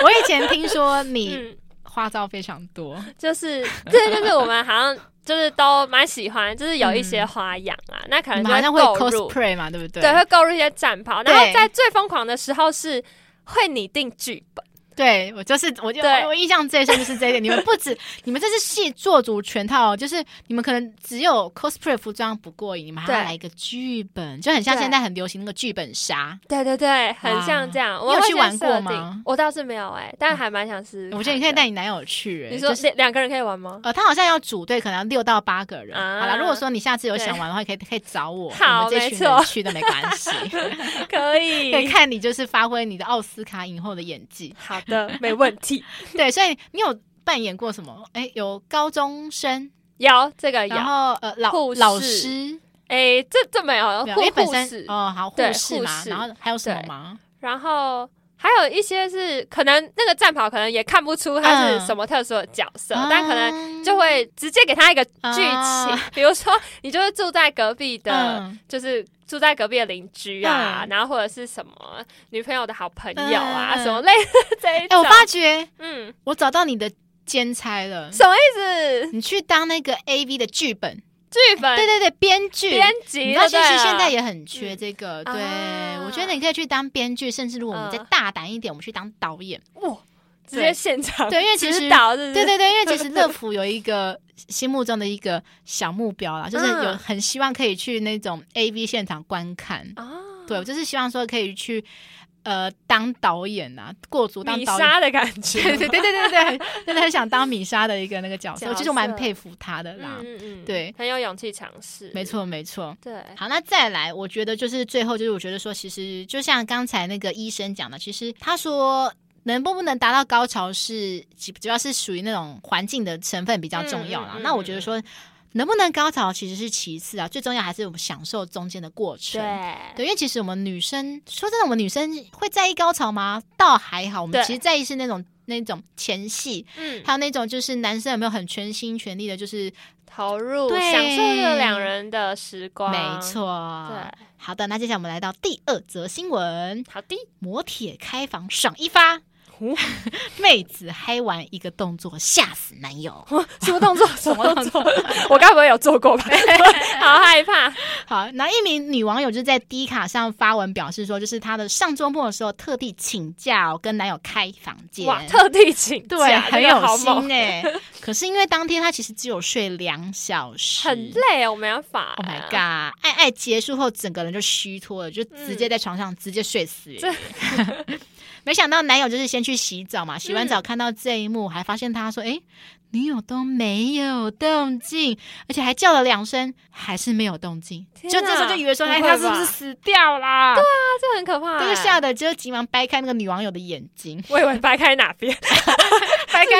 S2: 我以前听说你
S3: 嗯，
S2: 花招非常多，
S3: 就是 这就是我们好像。就是都蛮喜欢，就是有一些花样啊，那可
S2: 你嗯
S3: 能
S2: 们好
S3: 就
S2: 像会
S3: 购入
S2: cosplay 嘛，对不对？
S3: 对，会购入一些战袍，
S2: 对
S3: 然后在最疯狂的时候是会拟定剧本，
S2: 对我就是，我就
S3: 对
S2: 我印象最深就是这一点。你 们不止，你们这是戏做足全套哦，就是你们可能只有 cosplay 服装不过瘾，你们还要
S3: 对
S2: 来一个剧本，就很像
S3: 对
S2: 现在很流行那个剧本杀。
S3: 对对对，很像这样。我
S2: 嗯你有
S3: 会
S2: 去
S3: 先
S2: 玩过
S3: 设定
S2: 吗
S3: 我倒是没有哎、但还蛮想试试看的。
S2: 我觉得你可以带你男友去、哎
S3: 嗯你说
S2: 就是
S3: 两两个人可以玩 吗？
S2: 呃，他好像要组队，可能要六到八个人。
S3: 啊
S2: 好了，如果说你下次有
S3: 对
S2: 想玩的话，可以 可以找我，
S3: 好
S2: 我们这群
S3: 没错
S2: 人去的没关 系，
S3: 可
S2: 可以
S3: 以，
S2: 看你就是发挥你的奥斯卡影后的演技。
S3: 好 的，没问题。
S2: 对，所以你有扮演过什么？哎，有高中生
S3: 有这个有
S2: 然，后呃老
S3: 护士
S2: 老师，
S3: 哎，这这没有
S2: 对
S3: 护
S2: 因为本
S3: 护
S2: 身
S3: 士，
S2: 哦好护
S3: 对
S2: 士嘛
S3: 护，士
S2: 然后还有什么吗？
S3: 然后还有一些是可能那个战袍可能也看不出他是什么特殊的角色，但可能
S2: 能
S3: 就会直接给他一个剧情，
S2: 啊
S3: 比如说你就是住在隔壁的，
S2: 嗯
S3: 就是住在隔壁的邻居啊，
S2: 嗯
S3: 然后或者是什么女朋友的好朋友啊，
S2: 嗯
S3: 什么类似这一
S2: 哎，
S3: 种。
S2: 我发觉
S3: 嗯，
S2: 我找到你的兼差了，
S3: 什么意思？
S2: 你去当那个 A V 的剧本，
S3: 剧本
S2: 对对对，编剧。
S3: 嗯编
S2: 你
S3: 辑
S2: 知道，
S3: 就
S2: 其
S3: 对了，
S2: 实现在也很缺这个，
S3: 嗯
S2: 对
S3: 啊
S2: 我觉得你可以去当编剧，甚至如果我们再
S3: 嗯
S2: 大胆一点，我们去当导演。
S3: 哇，直接现场
S2: 对因为其实
S3: 指导 是不是
S2: 对对对，因为其实乐福有一个心目中的一个小目标 啦，就是
S3: 嗯
S2: 有很希望可以去那种 A V 现场观看，
S3: 啊，
S2: 对，我就是希望说可以去呃当导演啊，过足当
S3: 米
S2: 导演。
S3: 莎的感觉，
S2: 对对对对对对，真的很想当米莎的一个那个角色，
S3: 角色
S2: 其实我蛮佩服她的啦。
S3: 嗯嗯嗯，
S2: 对，
S3: 很有勇气尝试，
S2: 没，错没错。
S3: 对，
S2: 好，那再来，我觉得就是最后就是我觉得说，其实就像刚才那个医生讲的，其实他说。能不能达到高潮是主主要是属于那种环境的成分比较重要啦。
S3: 嗯嗯嗯
S2: 那我觉得说能不能高潮其实是其次啊，最重要还是我们享受中间的过程。
S3: 对，
S2: 对，因为其实我们女生说真的，我们女生会在意高潮吗？倒还好，我们
S3: 对
S2: 其实在意是那种那种前戏，
S3: 嗯，
S2: 还有那种就是男生有没有很全心全力的，就是
S3: 投入
S2: 对
S3: 享受这两人的时光，
S2: 没，错，
S3: 啊对，
S2: 好的，那接下来我们来到第二则新闻：
S3: 好的，哦
S2: 摩铁开房赏一发， 妹子嗨完一个动作吓死男友。
S3: 什么 动作？什么动作？我该不会有做过吧？好害怕，
S2: 好，那一名女网友就在 D 卡上发文表示说，就是她的上周末的时候特地请假、哦、跟男友开房间。
S3: 哇，特地请假，
S2: 对，
S3: 这
S2: 很
S3: 个
S2: 有
S3: 好猛
S2: 心哎、可是因为当天她其实只有睡两小时，
S3: 很累，哦我没办法
S2: Oh my god！爱爱结束后，整个人就虚脱了，就直
S3: 嗯
S2: 接在床上直接睡死耶。 没想到男友就是先去洗澡嘛，洗完
S3: 嗯
S2: 澡看到这一幕，还发现他说：“诶，女友都没有动静，而且还叫了两声，还是没有动静。”就
S3: 天哪
S2: 这时候就以为说：“
S3: 不
S2: 哎，
S3: 会
S2: 他是不
S3: 吧
S2: 是死掉啦？”对
S3: 那这很可怕
S2: 这
S3: 欸，
S2: 个吓得就急忙掰开那个女网友的眼睛，
S3: 我以为掰开哪边，
S2: 掰
S3: 是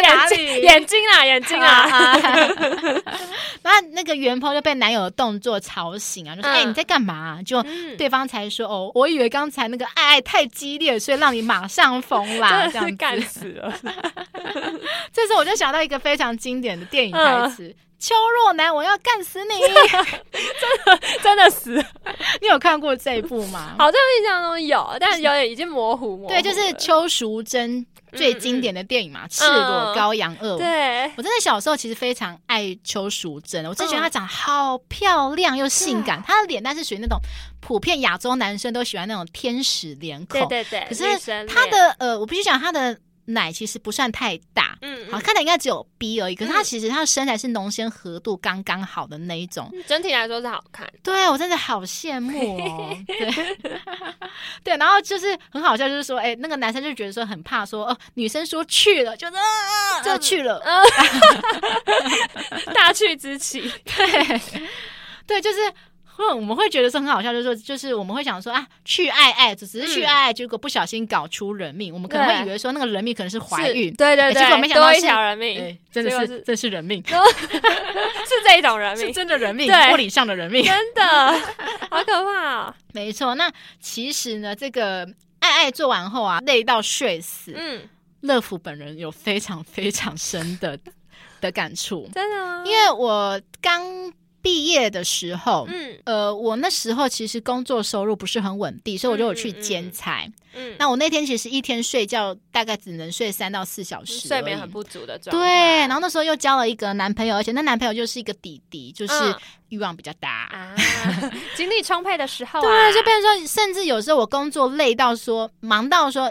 S3: 眼睛眼睛啦，眼睛啦，
S2: 啊！ 那那个袁鹏就被男友的动作吵醒啊，就说：“
S3: 嗯
S2: 哎、你在干嘛啊、就
S3: 嗯，
S2: 对方才说：“哦，我以为刚才那个爱爱太激烈，所以让你马上疯啦。”啊这
S3: 真的是
S2: 样
S3: 干
S2: 子，
S3: 死了，
S2: 这时候我就想到一个非常经典的电影台词：“
S3: 嗯
S2: 邱若男，我要干死你！”
S3: 真的死了。
S2: 你有看过这一部吗？
S3: 好像印象中有，但有点已经模糊模糊
S2: 对，
S3: 了。
S2: 就是邱淑贞最经典的电影嘛，赤
S3: 嗯
S2: 裸羔羊二》。
S3: 对，
S2: 我真的小时候其实非常爱邱淑贞，我真
S3: 嗯
S2: 的觉得她长得好漂亮又性
S3: 啊
S2: 感，她的脸蛋是属于那种普遍亚洲男生都喜欢那种天使脸
S3: 对
S2: 孔，
S3: 对对。
S2: 可是
S3: 女生
S2: 她
S3: 脸，
S2: 的呃，我必须讲她的奶其实不算太大，
S3: 嗯，嗯
S2: 好看的应该只有 B 而已，可是她
S3: 嗯
S2: 其实她的身材是浓鲜合度刚刚好的那一种，
S3: 整体来说是好看。
S2: 对我真的好羡慕 哦，对 对，然后就是很好笑，就是说，哎、那个男生就觉得说很怕说，哦、女生说去了，就是、啊、就去了，
S3: 嗯，大去 之期，
S2: 对 对，就是。会我们会觉得说很好笑，就是说，就是我们会想说啊，去爱爱，只只是去
S3: 嗯
S2: 爱爱，结果不小心搞出人命，我们可能会
S3: 对
S2: 以为说那个人命可能是怀
S3: 是
S2: 孕，
S3: 对对
S2: 哎结果没
S3: 对，
S2: 想到
S3: 多一
S2: 是
S3: 条人命，
S2: 哎，真的
S3: 结果
S2: 是
S3: 是
S2: 这是人命，
S3: 是这一种人
S2: 是
S3: 命，
S2: 真的人命，
S3: 对
S2: 玻璃上的人命。
S3: 真的好可怕哦。
S2: 没错，那其实呢，这个爱爱做完后啊，累到睡死，
S3: 嗯，
S2: 乐福本人有非常非常深的的感触，
S3: 真的啊，
S2: 因为我刚毕业的时候。
S3: 嗯
S2: 呃，我那时候其实工作收入不是很稳定，所以我就有去兼差。
S3: 嗯，
S2: 那我那天其实一天睡觉大概只能睡三到四小时而已，
S3: 睡眠很不足啊的状态，
S2: 对。然后那时候又交了一个男朋友，而且那男朋友就是一个弟弟，就是
S3: 嗯
S2: 欲望比较大。
S3: 啊，精力充沛的时候啊，
S2: 对，就变成说，甚至有时候我工作累到说，忙到说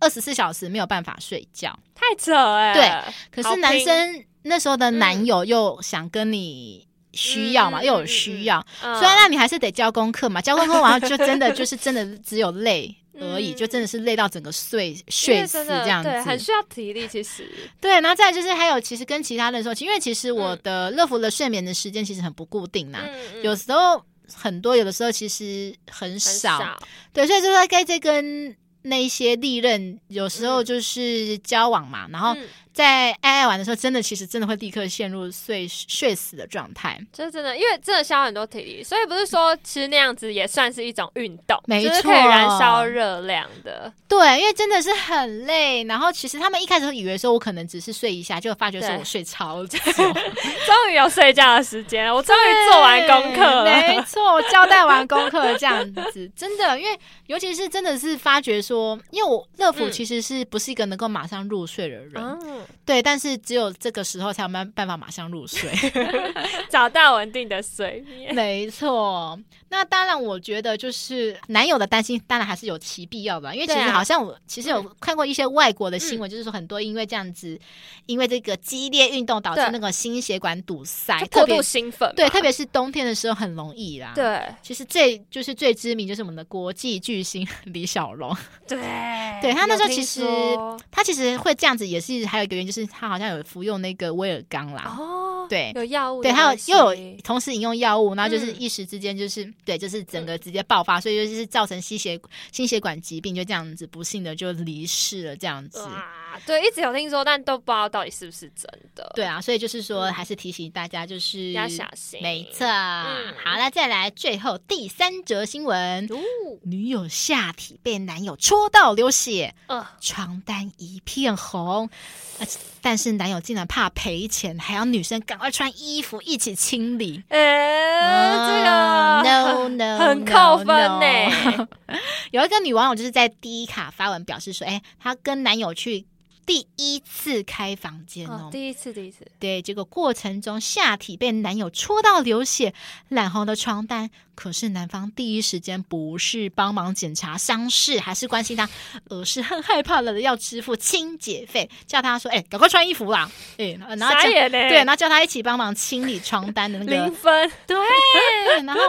S2: 二十四小时没有办法睡觉。
S3: 太扯哎，
S2: 对可
S3: 好
S2: 是
S3: 拼
S2: 男生那时候的男友又想跟你需要嘛，
S3: 嗯
S2: 又有需要，
S3: 嗯，
S2: 所以那你还是得交功课嘛。 交功课完后就真的就是真的只有累。而已，
S3: 嗯
S2: 就真的是累到整个睡
S3: 因
S2: 睡
S3: 为
S2: 死
S3: 真
S2: 这
S3: 的
S2: 样
S3: 对，很
S2: 子。
S3: 需要体力，其实
S2: 对，然后再来就是还有，其实跟其他的时候，因为其实我的乐福的睡眠的时间其实很不固定呐、
S3: 嗯
S2: 有时候很多，有的时候其实很
S3: 很
S2: 少。对，所以就是该这跟那一些历任有时候就是交往嘛，然后
S3: 嗯
S2: 在爱爱玩的时候，真的其实真的会立刻陷入睡睡死的状态。
S3: 就是真的，因为真的消耗很多体力，所以不是说其实那样子也算是一种运动，
S2: 没
S3: 就是
S2: 错
S3: 可以燃烧热量的。
S2: 对，因为真的是很累。然后其实他们一开始以为说我可能只是睡一下，就发觉说
S3: 对
S2: 我睡超 久。
S3: 终于有睡觉的时间了，我终于做完功课
S2: 对没
S3: 了。
S2: 错，交代完功课这样子，真的，因为尤其是真的是发觉说，因为我乐福
S3: 嗯
S2: 其实是不是一个能够马上入睡的人，
S3: 嗯，
S2: 对，但是只有这个时候才有办办法马上入睡。
S3: 找到稳定的睡眠。
S2: 没错，那当然，我觉得就是男友的担心，当然还是有其必要吧。因为其
S3: 对
S2: 实
S3: 啊
S2: 好像我、其实有看过一些外国的新闻，就是说很多因为这样子，因为这个激烈运动导致
S3: 对
S2: 那个心血管堵塞
S3: 就，
S2: 特
S3: 过
S2: 别
S3: 度兴奋嘛，
S2: 对，特别是冬天的时候很容易啦。。
S3: 对
S2: 其实最就是最知名就是我们的国际巨星李小龙，
S3: 对
S2: 对他那时候
S3: 哎有听
S2: 其实
S3: 说
S2: 他其实会这样子也是还有一个原因，就是他好像有服用那个威尔刚啦，
S3: 哦，
S2: 对
S3: 有药物的
S2: 对，还
S3: 关
S2: 有
S3: 系，
S2: 又有同时饮用药物，然后就是
S3: 嗯
S2: 一时之间就是、对，就是整个直接爆发，所以就是造成心血心血管疾病，就这样子不幸的就离世了，这样子。
S3: 哇，对，一直有听说，但都不知道到底是不是真的。
S2: 对，啊，所以就是说，
S3: 嗯
S2: 还是提醒大家，就是
S3: 要小心。嗯
S2: 没错。好，那再来最后第三则新闻：
S3: 哦，
S2: 女友下体被男友戳到流血，
S3: 呃，
S2: 床单一片红，呃但是男友竟然怕赔钱，还要女生赶快穿衣服一起清理。嗯
S3: 呃，这个
S2: no 嗯 no
S3: 很扣分
S2: no, no
S3: 呢。
S2: 有一个女网友就是在第一卡发文表示说，哎、她跟男友去第一次开房间哦
S3: 哦，第一次，第一次，
S2: 对，结果过程中下体被男友戳到流血，染红的床单，可是男方第一时间不是帮忙检查伤势，还是关心她，而是很害怕了要支付清洁费，叫她说，哎、赶快穿衣服啦，哎、然后
S3: 傻
S2: 叫。
S3: 眼呢。欸
S2: 对，然后叫她一起帮忙清理床单 的那个
S3: 零分，
S2: 对，然后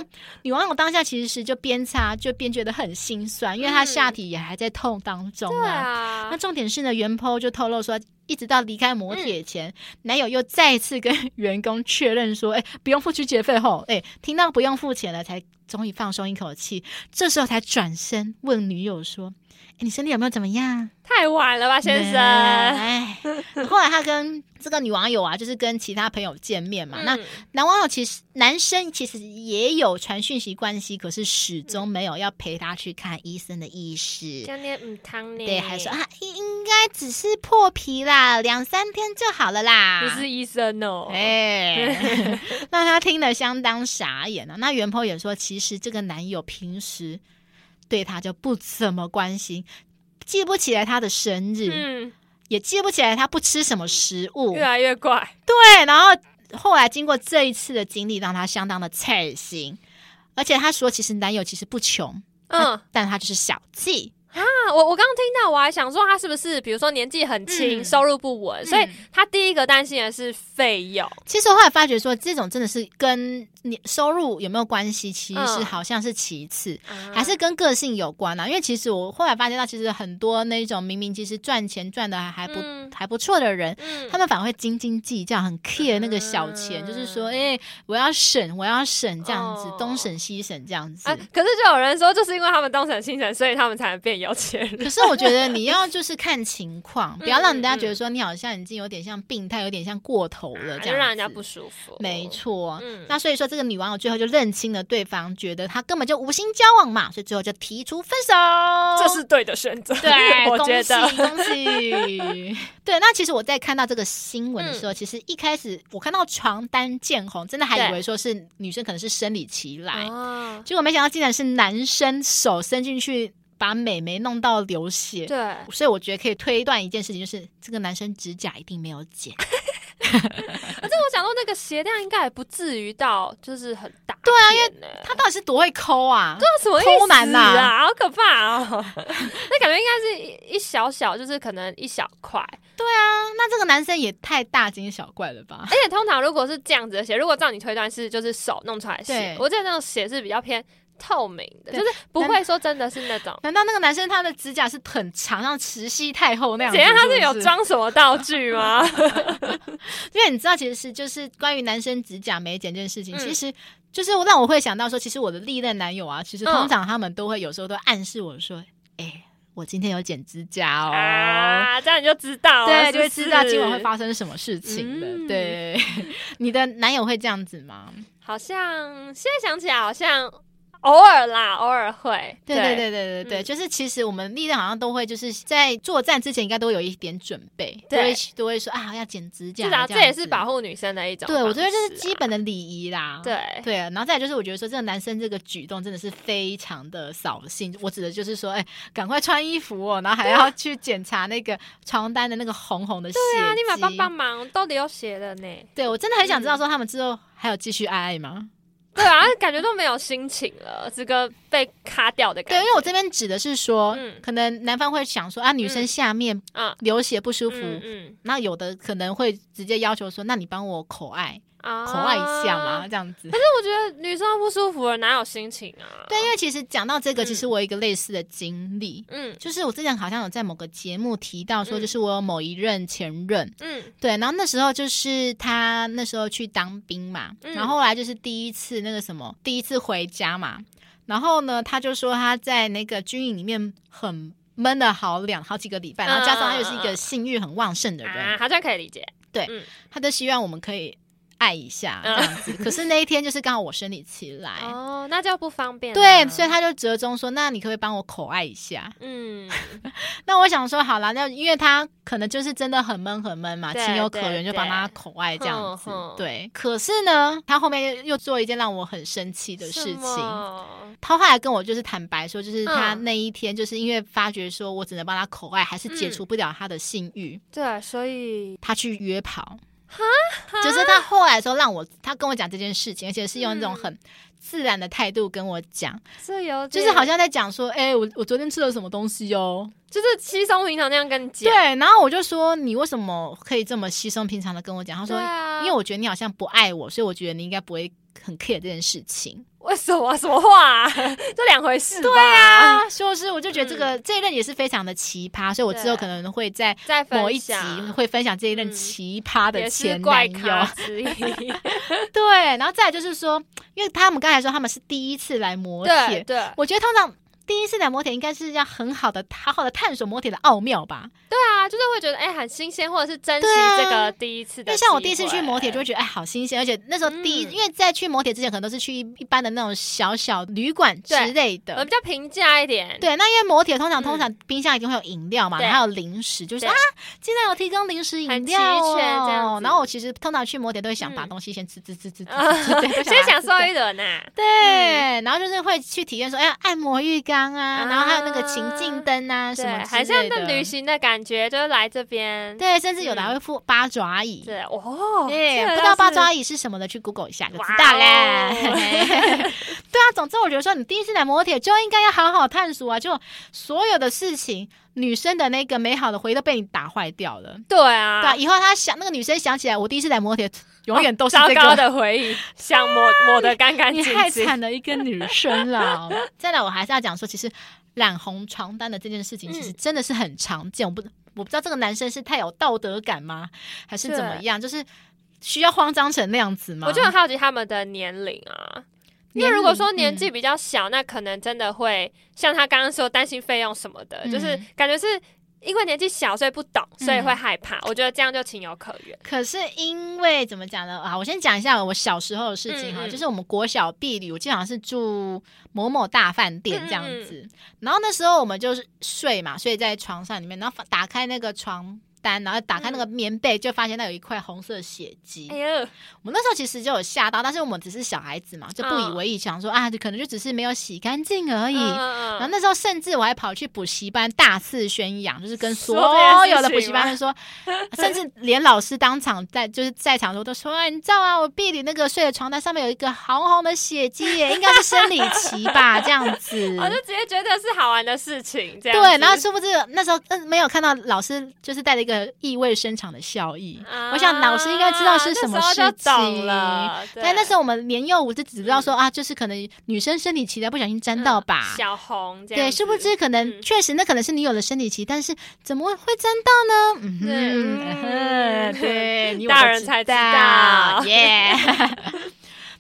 S2: 女网友当下其实是就边擦就边觉得很心酸，因为她下体也还在痛当中
S3: 嗯对
S2: 啊。
S3: 啊
S2: 那，重点是呢，原 PO 就透露说，一直到离开磨铁
S3: 嗯
S2: 前，男友又再次跟员工确认说，哎、不用付清洁费后，哎、听到不用付钱了，才终于放松一口气。这时候才转身问女友说，哎、你身体有没有怎么样？
S3: 太晚了吧，先生。
S2: 哎， 后来他跟这个女网友啊，就是跟其他朋友见面嘛，那
S3: 嗯
S2: 男网友其实男生其实也有传讯息关系，可是始终没有要陪他去看医生的意识。
S3: 今天嗯汤呢？
S2: 对，还说啊，应应该只是破皮啦，两三天就好了啦。
S3: 不是医生哦。
S2: 哎，那他听了相当傻眼啊。那袁鹏也说，其实这个男友平时对他就不怎么关心，记不起来他的生日，
S3: 嗯，
S2: 也记不起来他不吃什么食物。
S3: 越来越怪。
S2: 对，然后后来经过这一次的经历，让她相当的菜心。而且她说，其实男友其实不穷，
S3: 嗯，
S2: 但他就是小气。
S3: 啊我我刚刚听到，我还想说他是不是，比如说年纪很轻，
S2: 嗯
S3: 收入不稳，所以他第一个担心的是费用。
S2: 其实我后来发觉说，这种真的是跟你收入有没有关系，其实
S3: 嗯
S2: 好像是其次。还
S3: 还
S2: 是跟个性有关啊，因为其实我后来发现到，其实很多那种明明其实赚钱赚的还不、
S3: 嗯
S2: 还不错的人，
S3: 嗯
S2: 他们反而会斤斤计较，很 care 那个小钱，
S3: 嗯
S2: 就是说，哎、我要省，我要省这样子，
S3: 哦
S2: 东省西省这样子。
S3: 啊，可是就有人说，就是因为他们东省西省，所以他们才能变 有钱 人。
S2: 可是我觉得你要就是看情 况，不要让人家觉得说你好像已经有点像病态，有点像过头了，这
S3: 啊嗯就
S2: 样
S3: 让人家
S2: 子
S3: 不舒服，
S2: 没。错。
S3: 嗯，
S2: 那所以说，这个女网友最后就认清了对方，觉得他根本就无心交往嘛，所以最后就提出分手。
S3: 这是对的选择。
S2: 对，
S3: 我觉得
S2: 恭喜恭 喜。对，那其实我在看到这个新闻的
S3: 嗯
S2: 时候，其实一开始我看到床单见红，真的还以
S3: 对
S2: 为说是女生可能是生理期来，
S3: 啊，
S2: 结果没想到竟然是男生手伸进去把美眉弄到流血。
S3: 对，
S2: 所以我觉得可以推断一件事情，就是这个男生指甲一定没有剪。
S3: 可是我想说，那个鞋量应该也不至于到就是很大。对啊，因为
S2: 他到底是多会抠啊？
S3: 那什么意
S2: 偷懒
S3: 思
S2: 呐
S3: 啊？好可怕哦！ 那感觉应该是一一小小，就是可能一小块。
S2: 那这个男生也太大惊小怪了吧？
S3: 而且通常如果是这样子的鞋，如果照你推断是就是手弄出来的
S2: 对
S3: 鞋，我记得那种鞋是比较偏透明的，
S2: 对
S3: 就是不会说真的是那种。
S2: 难道那个男生他的指甲是很长，像慈禧太后那样子？
S3: 怎样？他
S2: 是
S3: 是有
S2: 不是
S3: 装什么道具吗？
S2: 因为你知道，其实就是关于男生指甲美剪这件事情，
S3: 嗯
S2: 其实就是让我会想到说，其实我的历任男友啊，其实
S3: 嗯
S2: 通常他们都会有时候都暗示我说，哎、我今天有剪指甲 哦。
S3: 啊，这样你就知道了，
S2: 对，
S3: 是
S2: 就
S3: 不
S2: 会知道
S3: 是
S2: 今晚会发生什么事情的。
S3: 嗯
S2: 对， 你的男友会这样子吗？
S3: 好像现在想起来，好像偶尔啦，偶尔会。
S2: 对对对对对对，
S3: 嗯
S2: 就是其实我们历任好像都会就是在作战之前应该都有一点准备，都
S3: 对
S2: 会都会说啊要剪指甲，
S3: 至少
S2: 这
S3: 这也是保
S2: 护。
S3: 护女生的一种方式啊、
S2: 对，我觉得这是基本的礼仪啦。。
S3: 对。
S2: 对，然后再来就是，我觉得说这个男生这个举动真的是非常的扫兴。我指的就是说，哎、赶快穿衣服哦，然后还要去检查那个床单的那个红红的血迹。
S3: 啊对啊，你们帮帮忙，到底有写了呢？
S2: 对我真的很想知
S3: 嗯
S2: 道，说他们之后还有继续爱爱吗？
S3: 对啊，感觉都没有心情了，这个被卡掉的
S2: 对，
S3: 感
S2: 因
S3: 觉。
S2: 为我这边指的是说，
S3: 嗯
S2: 可能男方会想说啊，女生
S3: 嗯
S2: 下面
S3: 啊，
S2: 流血不舒服，
S3: 嗯嗯
S2: 那有的可能会直接要求说，那你帮我口爱，
S3: 啊
S2: 口爱一下嘛，
S3: 可
S2: 这样子。
S3: 啊是我觉得女生不舒服了，哪有心情啊？
S2: 对，因为其实讲到这个，
S3: 嗯
S2: 其实我有一个类似的经历，
S3: 嗯
S2: 就是我之前好像有在某个节目提到说，
S3: 嗯
S2: 就是我有某一任前任，
S3: 嗯
S2: 对，然后那时候就是他那时候去当兵嘛，
S3: 嗯
S2: 然后后来就是第一次那个什么，第一次回家嘛，然后呢，他就说他在那个军营里面很闷了好两好几个礼拜，然后加上他又是一个性欲很旺盛的人，
S3: 啊，好像可以理解。
S2: 他就希望我们可以爱一下这样 子。可是那一天就是刚好我生理期来，
S3: 嗯哦，那就不方便了。
S2: 对，所以他就折中说：“那你可不可以帮我口爱一下
S3: 嗯，？”
S2: 那我想说，好啦，那因为他可能就是真的很闷很闷嘛，
S3: 对
S2: 情有可原，
S3: 对
S2: 就帮他口爱这样子
S3: 哼哼。
S2: 对，可是呢，他后面又又做一件让我很生气的事
S3: 什
S2: 情。
S3: 么
S2: 他后来跟我就是坦白说，就是他
S3: 嗯
S2: 那一天就是因为发觉说我只能帮他口爱，还是解除不了他的性欲，
S3: 对，啊所以
S2: 他去约炮。就是他后来的时候让我，他跟我讲这件事情，而且是用那种
S3: 嗯
S2: 很自然的态度跟我讲，
S3: 这有
S2: 就
S3: 点
S2: 是好像在讲说，哎、我我昨天吃了什么东西哦。
S3: 就是稀松平常那样跟你
S2: 对
S3: 讲。，
S2: 然后我就说你为什么可以这么稀松平常的跟我讲？他说，
S3: 对啊，
S2: 因为我觉得你好像不爱我，所以我觉得你应该不会很 care 这件事情
S3: 为什么什么话、 啊，这两回事。对啊，嗯
S2: 啊。就是我就觉得这个、这一任也是非常的奇葩，所以我之后
S3: 对
S2: 可能会在
S3: 再啊分
S2: 某一集
S3: 享
S2: 会分享这一任
S3: 嗯
S2: 奇葩的
S3: 也是
S2: 前男
S3: 怪
S2: 友。
S3: 咖 之一。
S2: 对，然后再来就是说，因为他们刚才说他们是第一次来磨
S3: 对
S2: 铁，
S3: 对
S2: 我觉得通常第一次来磨铁应该是要很好的、好好的探索磨铁的奥妙吧。
S3: 对啊，就是会觉得哎、很新鲜，或者是珍惜
S2: 对啊
S3: 这个第一次
S2: 因
S3: 的。
S2: 为像我第一次去磨铁，就，会觉得哎，好新鲜，而且那时候第一，
S3: 嗯
S2: 因为在去磨铁之前，可能都是去一一般的那种小小旅馆之类
S3: 我
S2: 的
S3: 们比。较平价一点。
S2: 对，那因为磨铁通常
S3: 呃嗯
S2: 通常冰箱一定会有饮料嘛，
S3: 对
S2: 然后还有零食，就是
S3: 对
S2: 啊，竟然有提供零食饮
S3: 很
S2: 料
S3: 齐全这样
S2: 哦。
S3: 子
S2: 然后我其实通常去磨铁都会想
S3: 嗯
S2: 把东西先吃吃吃吃 吃，
S3: 啊，
S2: 吃对都把
S3: 先
S2: 它
S3: 享
S2: 吃
S3: 受
S2: 掉
S3: 一轮啊呐。
S2: 对，然后就是会去体验说，哎，按摩浴缸啊，然后还有那个情境灯啊，什
S3: 对
S2: 么，之
S3: 很像
S2: 类
S3: 那
S2: 的
S3: 旅。行的感觉，就是来这边。
S2: 对，甚至有的还会附八爪椅。
S3: 对，哦，
S2: 对，
S3: 这
S2: 不
S3: 个
S2: 知道
S3: 倒
S2: 八
S3: 是
S2: 爪椅是什么的，去 Google 一下就知
S3: 哇
S2: 道啦。
S3: 哦
S2: 对啊，总之我觉得说，你第一次来摩铁就应该要好好探索啊，就所有的事情，女生的那个美好的回忆都被你打坏掉了。
S3: 对
S2: 对啊，
S3: 啊，哦
S2: 以后她想那个女生想起来，我第一次来摩铁，永远都是
S3: 糟
S2: 这
S3: 糕
S2: 个。啊
S3: 的回忆， 想抹抹得干干
S2: 你
S3: 净
S2: 害
S3: 净。
S2: 惨了一个女生了。 再来，我还是要讲说，其实染红床单的这件事情，
S3: 嗯
S2: 其实真的是很常见。我不我不知道这个男生是太有道德感吗，还是怎么样？就是需要慌张成那样子吗？
S3: 我就很好奇他们的年龄啊。因
S2: 年龄嗯
S3: 为如果说年纪比较小，那可能真的会像他刚刚说担心费用什么的，
S2: 嗯
S3: 就是感觉是因为年纪小所以不懂，所以
S2: 嗯
S3: 会害怕。我觉得这样就情有可原。
S2: 可是因为怎么讲呢？啊，我先讲一下我小时候的事情哈，
S3: 嗯嗯
S2: 就是我们国小毕旅，我记得好像是住某某大饭店这样子。然后那时候我们就是睡嘛，睡在床上里面，然后打开那个床单，然后打开那个棉被，就发现那有一块红色血迹。
S3: 哎呦，
S2: 我们那时候其实就有吓到，但是我们只是小孩子嘛，就不以为意，想说啊，可能就只是没有洗干净而已。哎然后
S3: 嗯嗯
S2: 那时候甚至我还跑去补习班大肆宣扬，就是跟所
S3: 说这件事
S2: 有的
S3: 情
S2: 补习班
S3: 吗
S2: 的说， 甚至连老师当场在就是在场的时候都说，哎，你知道啊，我壁里那个睡的床单上面有一个红红的血迹耶，应该是生理期吧，这样子。
S3: 哦我就直接觉得是好玩的事情，这样
S2: 对，
S3: 子
S2: 然后殊不知那时候嗯没有看到老师就是带着一个意味深长的笑意，
S3: 啊
S2: 我想老师应该知道是什么
S3: 那时候就
S2: 事情
S3: 懂了。
S2: 但那时
S3: 候
S2: 候我们年幼无知，只知道说、
S3: 嗯
S2: 啊，就是可能女生生理期来不小心沾到吧。
S3: 小红嗯这样
S2: 对，
S3: 子
S2: 殊不知可能
S3: 嗯
S2: 确实那可能是你有了生理期，但是怎么会沾到呢？嗯哼
S3: 对
S2: 嗯哼，
S3: 嗯
S2: 对，你我
S3: 大
S2: 都
S3: 人才知
S2: 道
S3: 道
S2: 耶。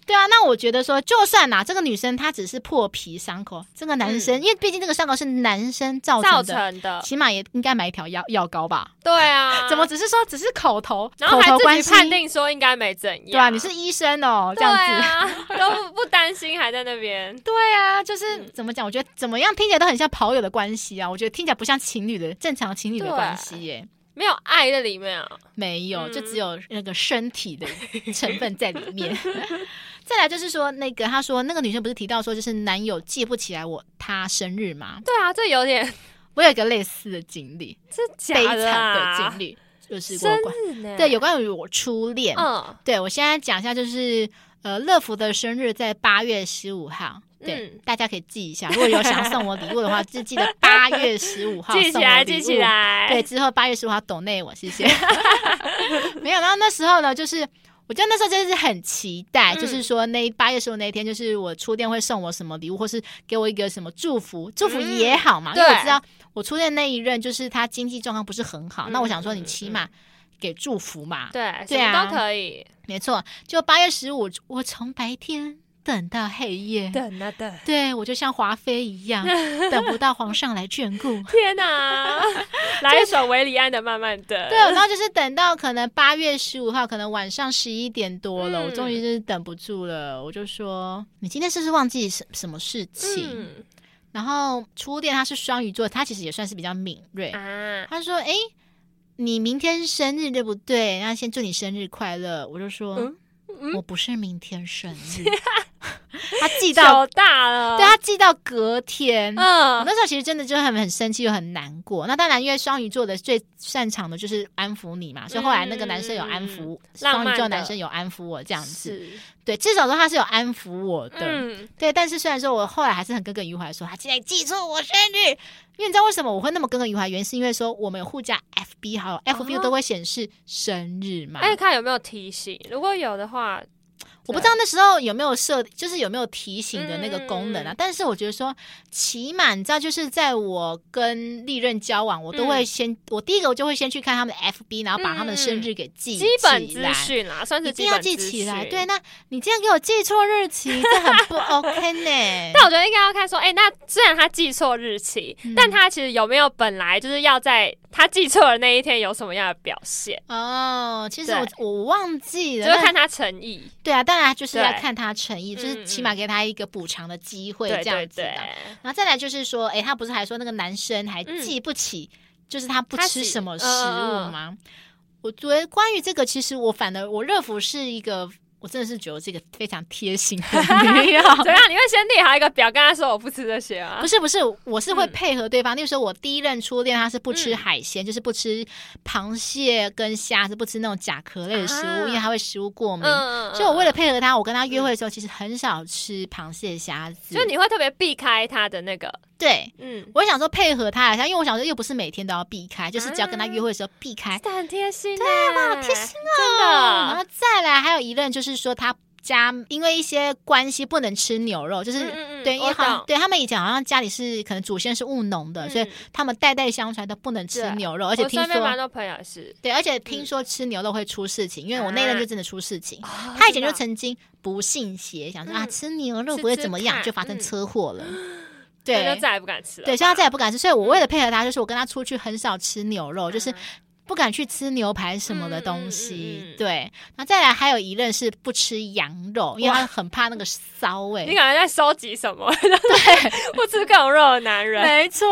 S2: 对啊，那我觉得说，就算啦、这个女生她只是破皮伤口，这个男生、因为毕竟这个伤口是男生造
S3: 嗯造
S2: 的，
S3: 成的，
S2: 起码也应该买一条药药膏吧？
S3: 对啊，
S2: 怎么？只是说只是口头，
S3: 然后
S2: 口头
S3: 还
S2: 关
S3: 自
S2: 系
S3: 己判定说应该没怎样，
S2: 对啊，你是医生哦，这
S3: 对
S2: 样子。
S3: 啊，都不不担心，还在那边。
S2: 对啊，
S3: 嗯
S2: 就是怎么讲？我觉得怎么样听起来都很像跑友的关系啊，我觉得听起来不像情侣的正常情侣的
S3: 对
S2: 关系耶，
S3: 没有爱在里面啊，
S2: 没有，
S3: 嗯
S2: 就只有那个身体 的成分在里面。 再来就是说，那个他说那个女生不是提到说，就是男友记不起来我他生日吗？
S3: 对啊，这有点
S2: 我有一个类似的经历，
S3: 是假
S2: 悲惨
S3: 的啊
S2: 的经历，就是我
S3: 生
S2: 关
S3: 日呢？
S2: 对有关于我初恋。
S3: 嗯
S2: 对我现在讲一下，就是呃，乐福的生日在八月十五号。对，
S3: 嗯
S2: 大家可以记一下，如果有想送我礼物的 话，就记得八月十五号
S3: 记起
S2: 送我
S3: 来，
S2: 礼
S3: 记
S2: 物
S3: 起。来。
S2: 对，之后八月十五号抖内我，谢 谢。没有，然后那时候呢，就是我觉得那时候真的是很期待，
S3: 嗯
S2: 就是说那八月十五那一天，就是我初恋会送我什么礼物，或是给我一个什么祝福，祝福
S3: 嗯
S2: 也好嘛，因为我
S3: 对
S2: 知道我初恋那一任就是他经济状况不是很好，那我想说
S3: 嗯
S2: 你
S3: 嗯
S2: 起码给祝福嘛，
S3: 对，
S2: 对
S3: 什么
S2: 啊
S3: 都可以。
S2: 没错，就八月十五，我从白天等到黑夜。
S3: 等啊等，
S2: 对，我就像华妃一样，等不到皇上来眷 顾。
S3: 天 哪！来一首维里安的《慢慢等》。
S2: 对，然后就是等到可能八月十五号，可能晚上十一点多了，
S3: 嗯
S2: 我终于就是等不住了，我就说：“你今天是不是忘记什什么事情？”
S3: 嗯
S2: 然后初恋他是双鱼座，他其实也算是比较敏锐。
S3: 啊，
S2: 他说：“诶，你明天生日对不对？那先祝你生日快乐。”我就说：“
S3: 嗯嗯
S2: 我不是明天生 日。” 他记到，
S3: 久大了。
S2: 对他记到隔天。我
S3: 嗯，
S2: 那时候其实真的就很很生气又很难过。那当然，因为双鱼座的最擅长的就是安抚你嘛，所以后来那个男生有安抚，
S3: 嗯浪
S2: 双鱼
S3: 漫
S2: 座
S3: 的
S2: 男生有安抚我这样子。
S3: 是，
S2: 对，至少说他是有安抚我的。
S3: 嗯，
S2: 对，但是虽然说我后来还是很耿耿于怀，说他竟然记错我生日，因为你知道为什么我会那么耿耿于怀？原因是因为说我们有互加 FB 好友，FB
S3: 哦
S2: 都会显示生日嘛。
S3: 哎，看有没有提醒，如果有的话，
S2: 我不知道那时候有没有设，就是有没有提醒的那个功能啊。
S3: 嗯嗯嗯
S2: 但是我觉得说，起码你知道，就是在我跟历任交往，我都
S3: 嗯
S2: 会先，我第一个我就会先去看他们的 FB，然后把他们的生日给记
S3: 基本
S2: 起
S3: 资
S2: 来。
S3: 讯啦，算是
S2: 一定
S3: 基
S2: 要
S3: 本
S2: 记
S3: 资
S2: 起来，
S3: 讯
S2: 对。那你竟然给我记错日期，这很不 OK 呢
S3: 但。我觉得应该要看说，哎、那虽然他记错日期，
S2: 嗯
S3: 但他其实有没有本来就是要在他记错的那一天有什么样的表现，
S2: 哦，其实我我忘记了，
S3: 就是
S2: 那
S3: 看他诚意。
S2: 对啊，当然就是要
S3: 对
S2: 看他诚意，就是
S3: 嗯嗯
S2: 起码给他一个补偿的机会，
S3: 对
S2: 这样
S3: 对
S2: 子的。
S3: 对，
S2: 然后再来就是说，诶，他不是还说那个男生还
S3: 嗯
S2: 记不起，就是他不
S3: 他
S2: 吃
S3: 喜
S2: 什么
S3: 嗯
S2: 食物
S3: 嗯嗯
S2: 吗？我觉得关于这个，其实我反而我热芙是一个，我真的是觉得这个非常贴心 的女友。
S3: 怎样？你会先列好一个表，跟他说我不吃这些啊
S2: 不？是不是，我是会
S3: 嗯
S2: 配合对方。那个时候我第一任初恋他是不吃
S3: 嗯
S2: 海鲜，就是不吃螃蟹跟虾，是不吃那种甲壳类的食物，因为
S3: 啊
S2: 他会食物过敏。
S3: 嗯
S2: 所以我为了
S3: 了，
S2: 配合他，我跟他约会的时候，其实很少吃螃蟹、虾子。
S3: 就嗯你会特别避开他的那个，
S2: 对，
S3: 嗯，
S2: 我想说配合他一下，因为我想说又不是每天都要避开，就是只要跟他约会的时候避开。
S3: 真的很贴心、欸，对
S2: 哇啊贴心
S3: 真
S2: 然
S3: 的。
S2: 后再来还有一任就是说他家因为一些关系不能吃牛肉，就是、
S3: 嗯嗯嗯
S2: 对，因为
S3: 我
S2: 好像
S3: 懂
S2: 对他们以前好像家里是可能祖先是务农的，
S3: 嗯
S2: 所以他们代代相传都不能吃
S3: 对啊
S2: 牛肉，而且
S3: 我
S2: 听
S3: 身边蛮
S2: 说。
S3: 多朋友也是，
S2: 对，而且听说吃牛肉会出事情，因为我那
S3: 嗯
S2: 任就真的出事情。
S3: 哦
S2: 他以前就
S3: 真的
S2: 曾经不信邪，想说、啊
S3: 嗯
S2: 吃牛肉
S3: 吃
S2: 不会
S3: 吃
S2: 怎么样，
S3: 看
S2: 就发生
S3: 嗯
S2: 车祸 了。
S3: 那
S2: 对
S3: 就再也不敢吃了吧。
S2: 对，所以他再也不敢吃。所以
S3: 嗯
S2: 我为了配合他，就是我跟他出去很少吃牛肉，就是不敢去吃牛排什么的东西。
S3: 嗯嗯嗯嗯
S2: 对，然后再来还有一任是不吃羊肉，因为他很怕那个骚味。
S3: 你感觉在收集什么？ 对，不吃狗肉的男人，
S2: 没错，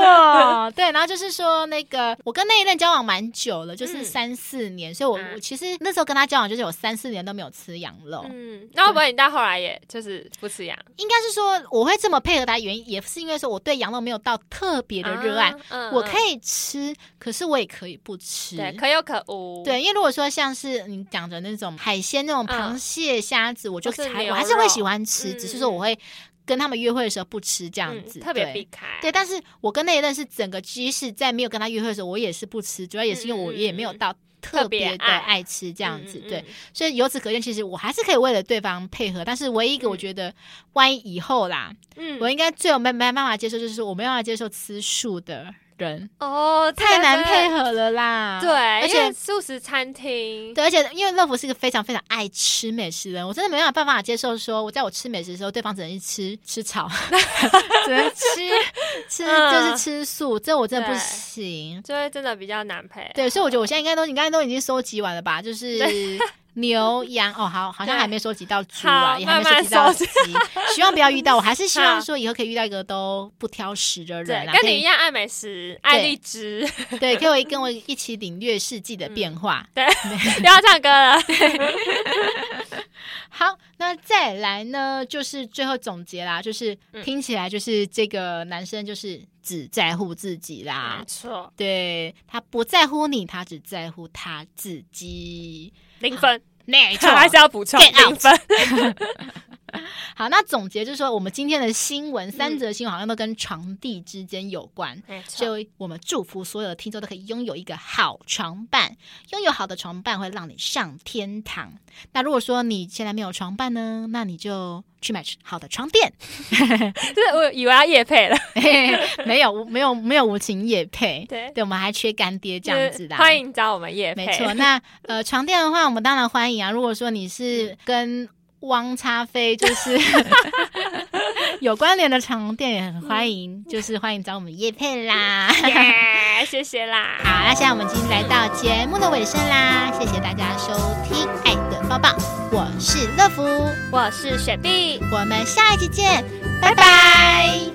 S2: 对，然后就是说那个，我跟那一任交往蛮久了，就是
S3: 嗯
S2: 三四年，所以我
S3: 嗯
S2: 我其实那时候跟他交往就是有三四年都没有吃羊肉，
S3: 嗯，那会不会你到后来也就是不吃羊？
S2: 应该是说我会这么配合他，原因也是因为说我对羊肉没有到特别的热爱，
S3: 啊，嗯
S2: 我可
S3: 以
S2: 以吃，可是我也可以不吃，
S3: 对，可有可无，
S2: 对，因为如果说像是你讲的那种海鲜、那种螃
S3: 嗯
S2: 蟹、虾子，我就
S3: 或是
S2: 还
S3: 牛
S2: 我还是会
S3: 肉
S2: 喜欢吃，只是说
S3: 嗯嗯
S2: 我会跟他们约会的时候不吃这
S3: 这
S2: 样子，
S3: 嗯特别避
S2: 对。
S3: 开，嗯
S2: 对，但是我跟那一任是整个，即使在没有跟他约会的时候，我也是不吃，主要也是因为我也没有
S3: 嗯嗯嗯
S2: 到特
S3: 特别
S2: 别的
S3: 爱嗯
S2: 爱吃这
S3: 这
S2: 样子，对，，所以由此可见，其实我还是可以为了对方配合，但是唯一一个我
S3: 嗯
S2: 觉得，万一以后啦，
S3: 嗯嗯
S2: 我应该最有没没办法接受，就是我没办法接受吃素的
S1: 人，
S3: 哦，
S2: 太难配
S3: 合。
S2: 合了啦。
S3: 对，
S2: 而
S3: 因为
S2: 且
S3: 素食餐厅，
S2: 对，而且因为乐福是一个非常非常爱吃美食的人，我真的没有办法接受说，我在我吃美食的时候，对方只能去吃 吃草，只能吃吃就是
S3: 嗯
S2: 吃素，这我真的不
S3: 对
S2: 行。
S3: 就会真的比较难配。
S2: 对，所以我觉得我现在应该都你刚才都已经收集完了吧？就是。 牛羊哦，好，好像
S3: 对
S2: 还没收集到猪啊，
S3: 好
S2: 也还没
S3: 慢慢
S2: 集到
S3: 收
S2: 鸡
S3: 集，
S2: 希望不要遇到。我还是希望
S3: 好
S2: 说以后可以遇到一个都不挑食的
S3: 对
S2: 人，啊，
S3: 跟
S2: 可
S3: 你
S2: 以
S3: 一样爱美食、爱荔枝，
S2: 对，可以跟我一起领略世纪的
S3: 嗯
S2: 变化。
S3: 不要唱歌 了。
S2: 好，那再来呢，就是最后总结啦，就是、
S3: 嗯
S2: 听起来就是这个男生就是只在乎自己啦。
S3: 没错，
S2: 对他不在乎你，他只在乎他自 己。
S3: 零分，
S2: 没错，
S3: 还是要补充
S2: Get out
S3: 零分。
S2: 好，那总结就是说，我们今天的新闻，三则新闻好像都跟床地之间有关。
S3: 嗯没
S2: 所以我们祝福所有的听众都可以拥有一个好床伴，拥有好的床伴会让你上天堂。那如果说你现在没有床伴呢，那你就去买好的床垫。
S3: 就是我以为要夜配了，
S2: 嘿嘿没有，没有，没有无情夜配。
S3: 对
S2: 对，我们还缺干爹这样子的。
S3: 欢迎找我们夜配。
S2: 没错，那呃，床垫的话，我们当然欢迎啊。如果说你是跟汪叉飞就是 有关联的床垫，也很欢迎，就是欢迎找我们叶配 啦。
S3: 耶， 谢谢啦。
S2: 好，那现在我们已经来到节目的尾声啦，谢谢大家收听《爱的抱抱》，我是乐福，
S3: 我是雪碧。
S2: 我们下一集见，拜拜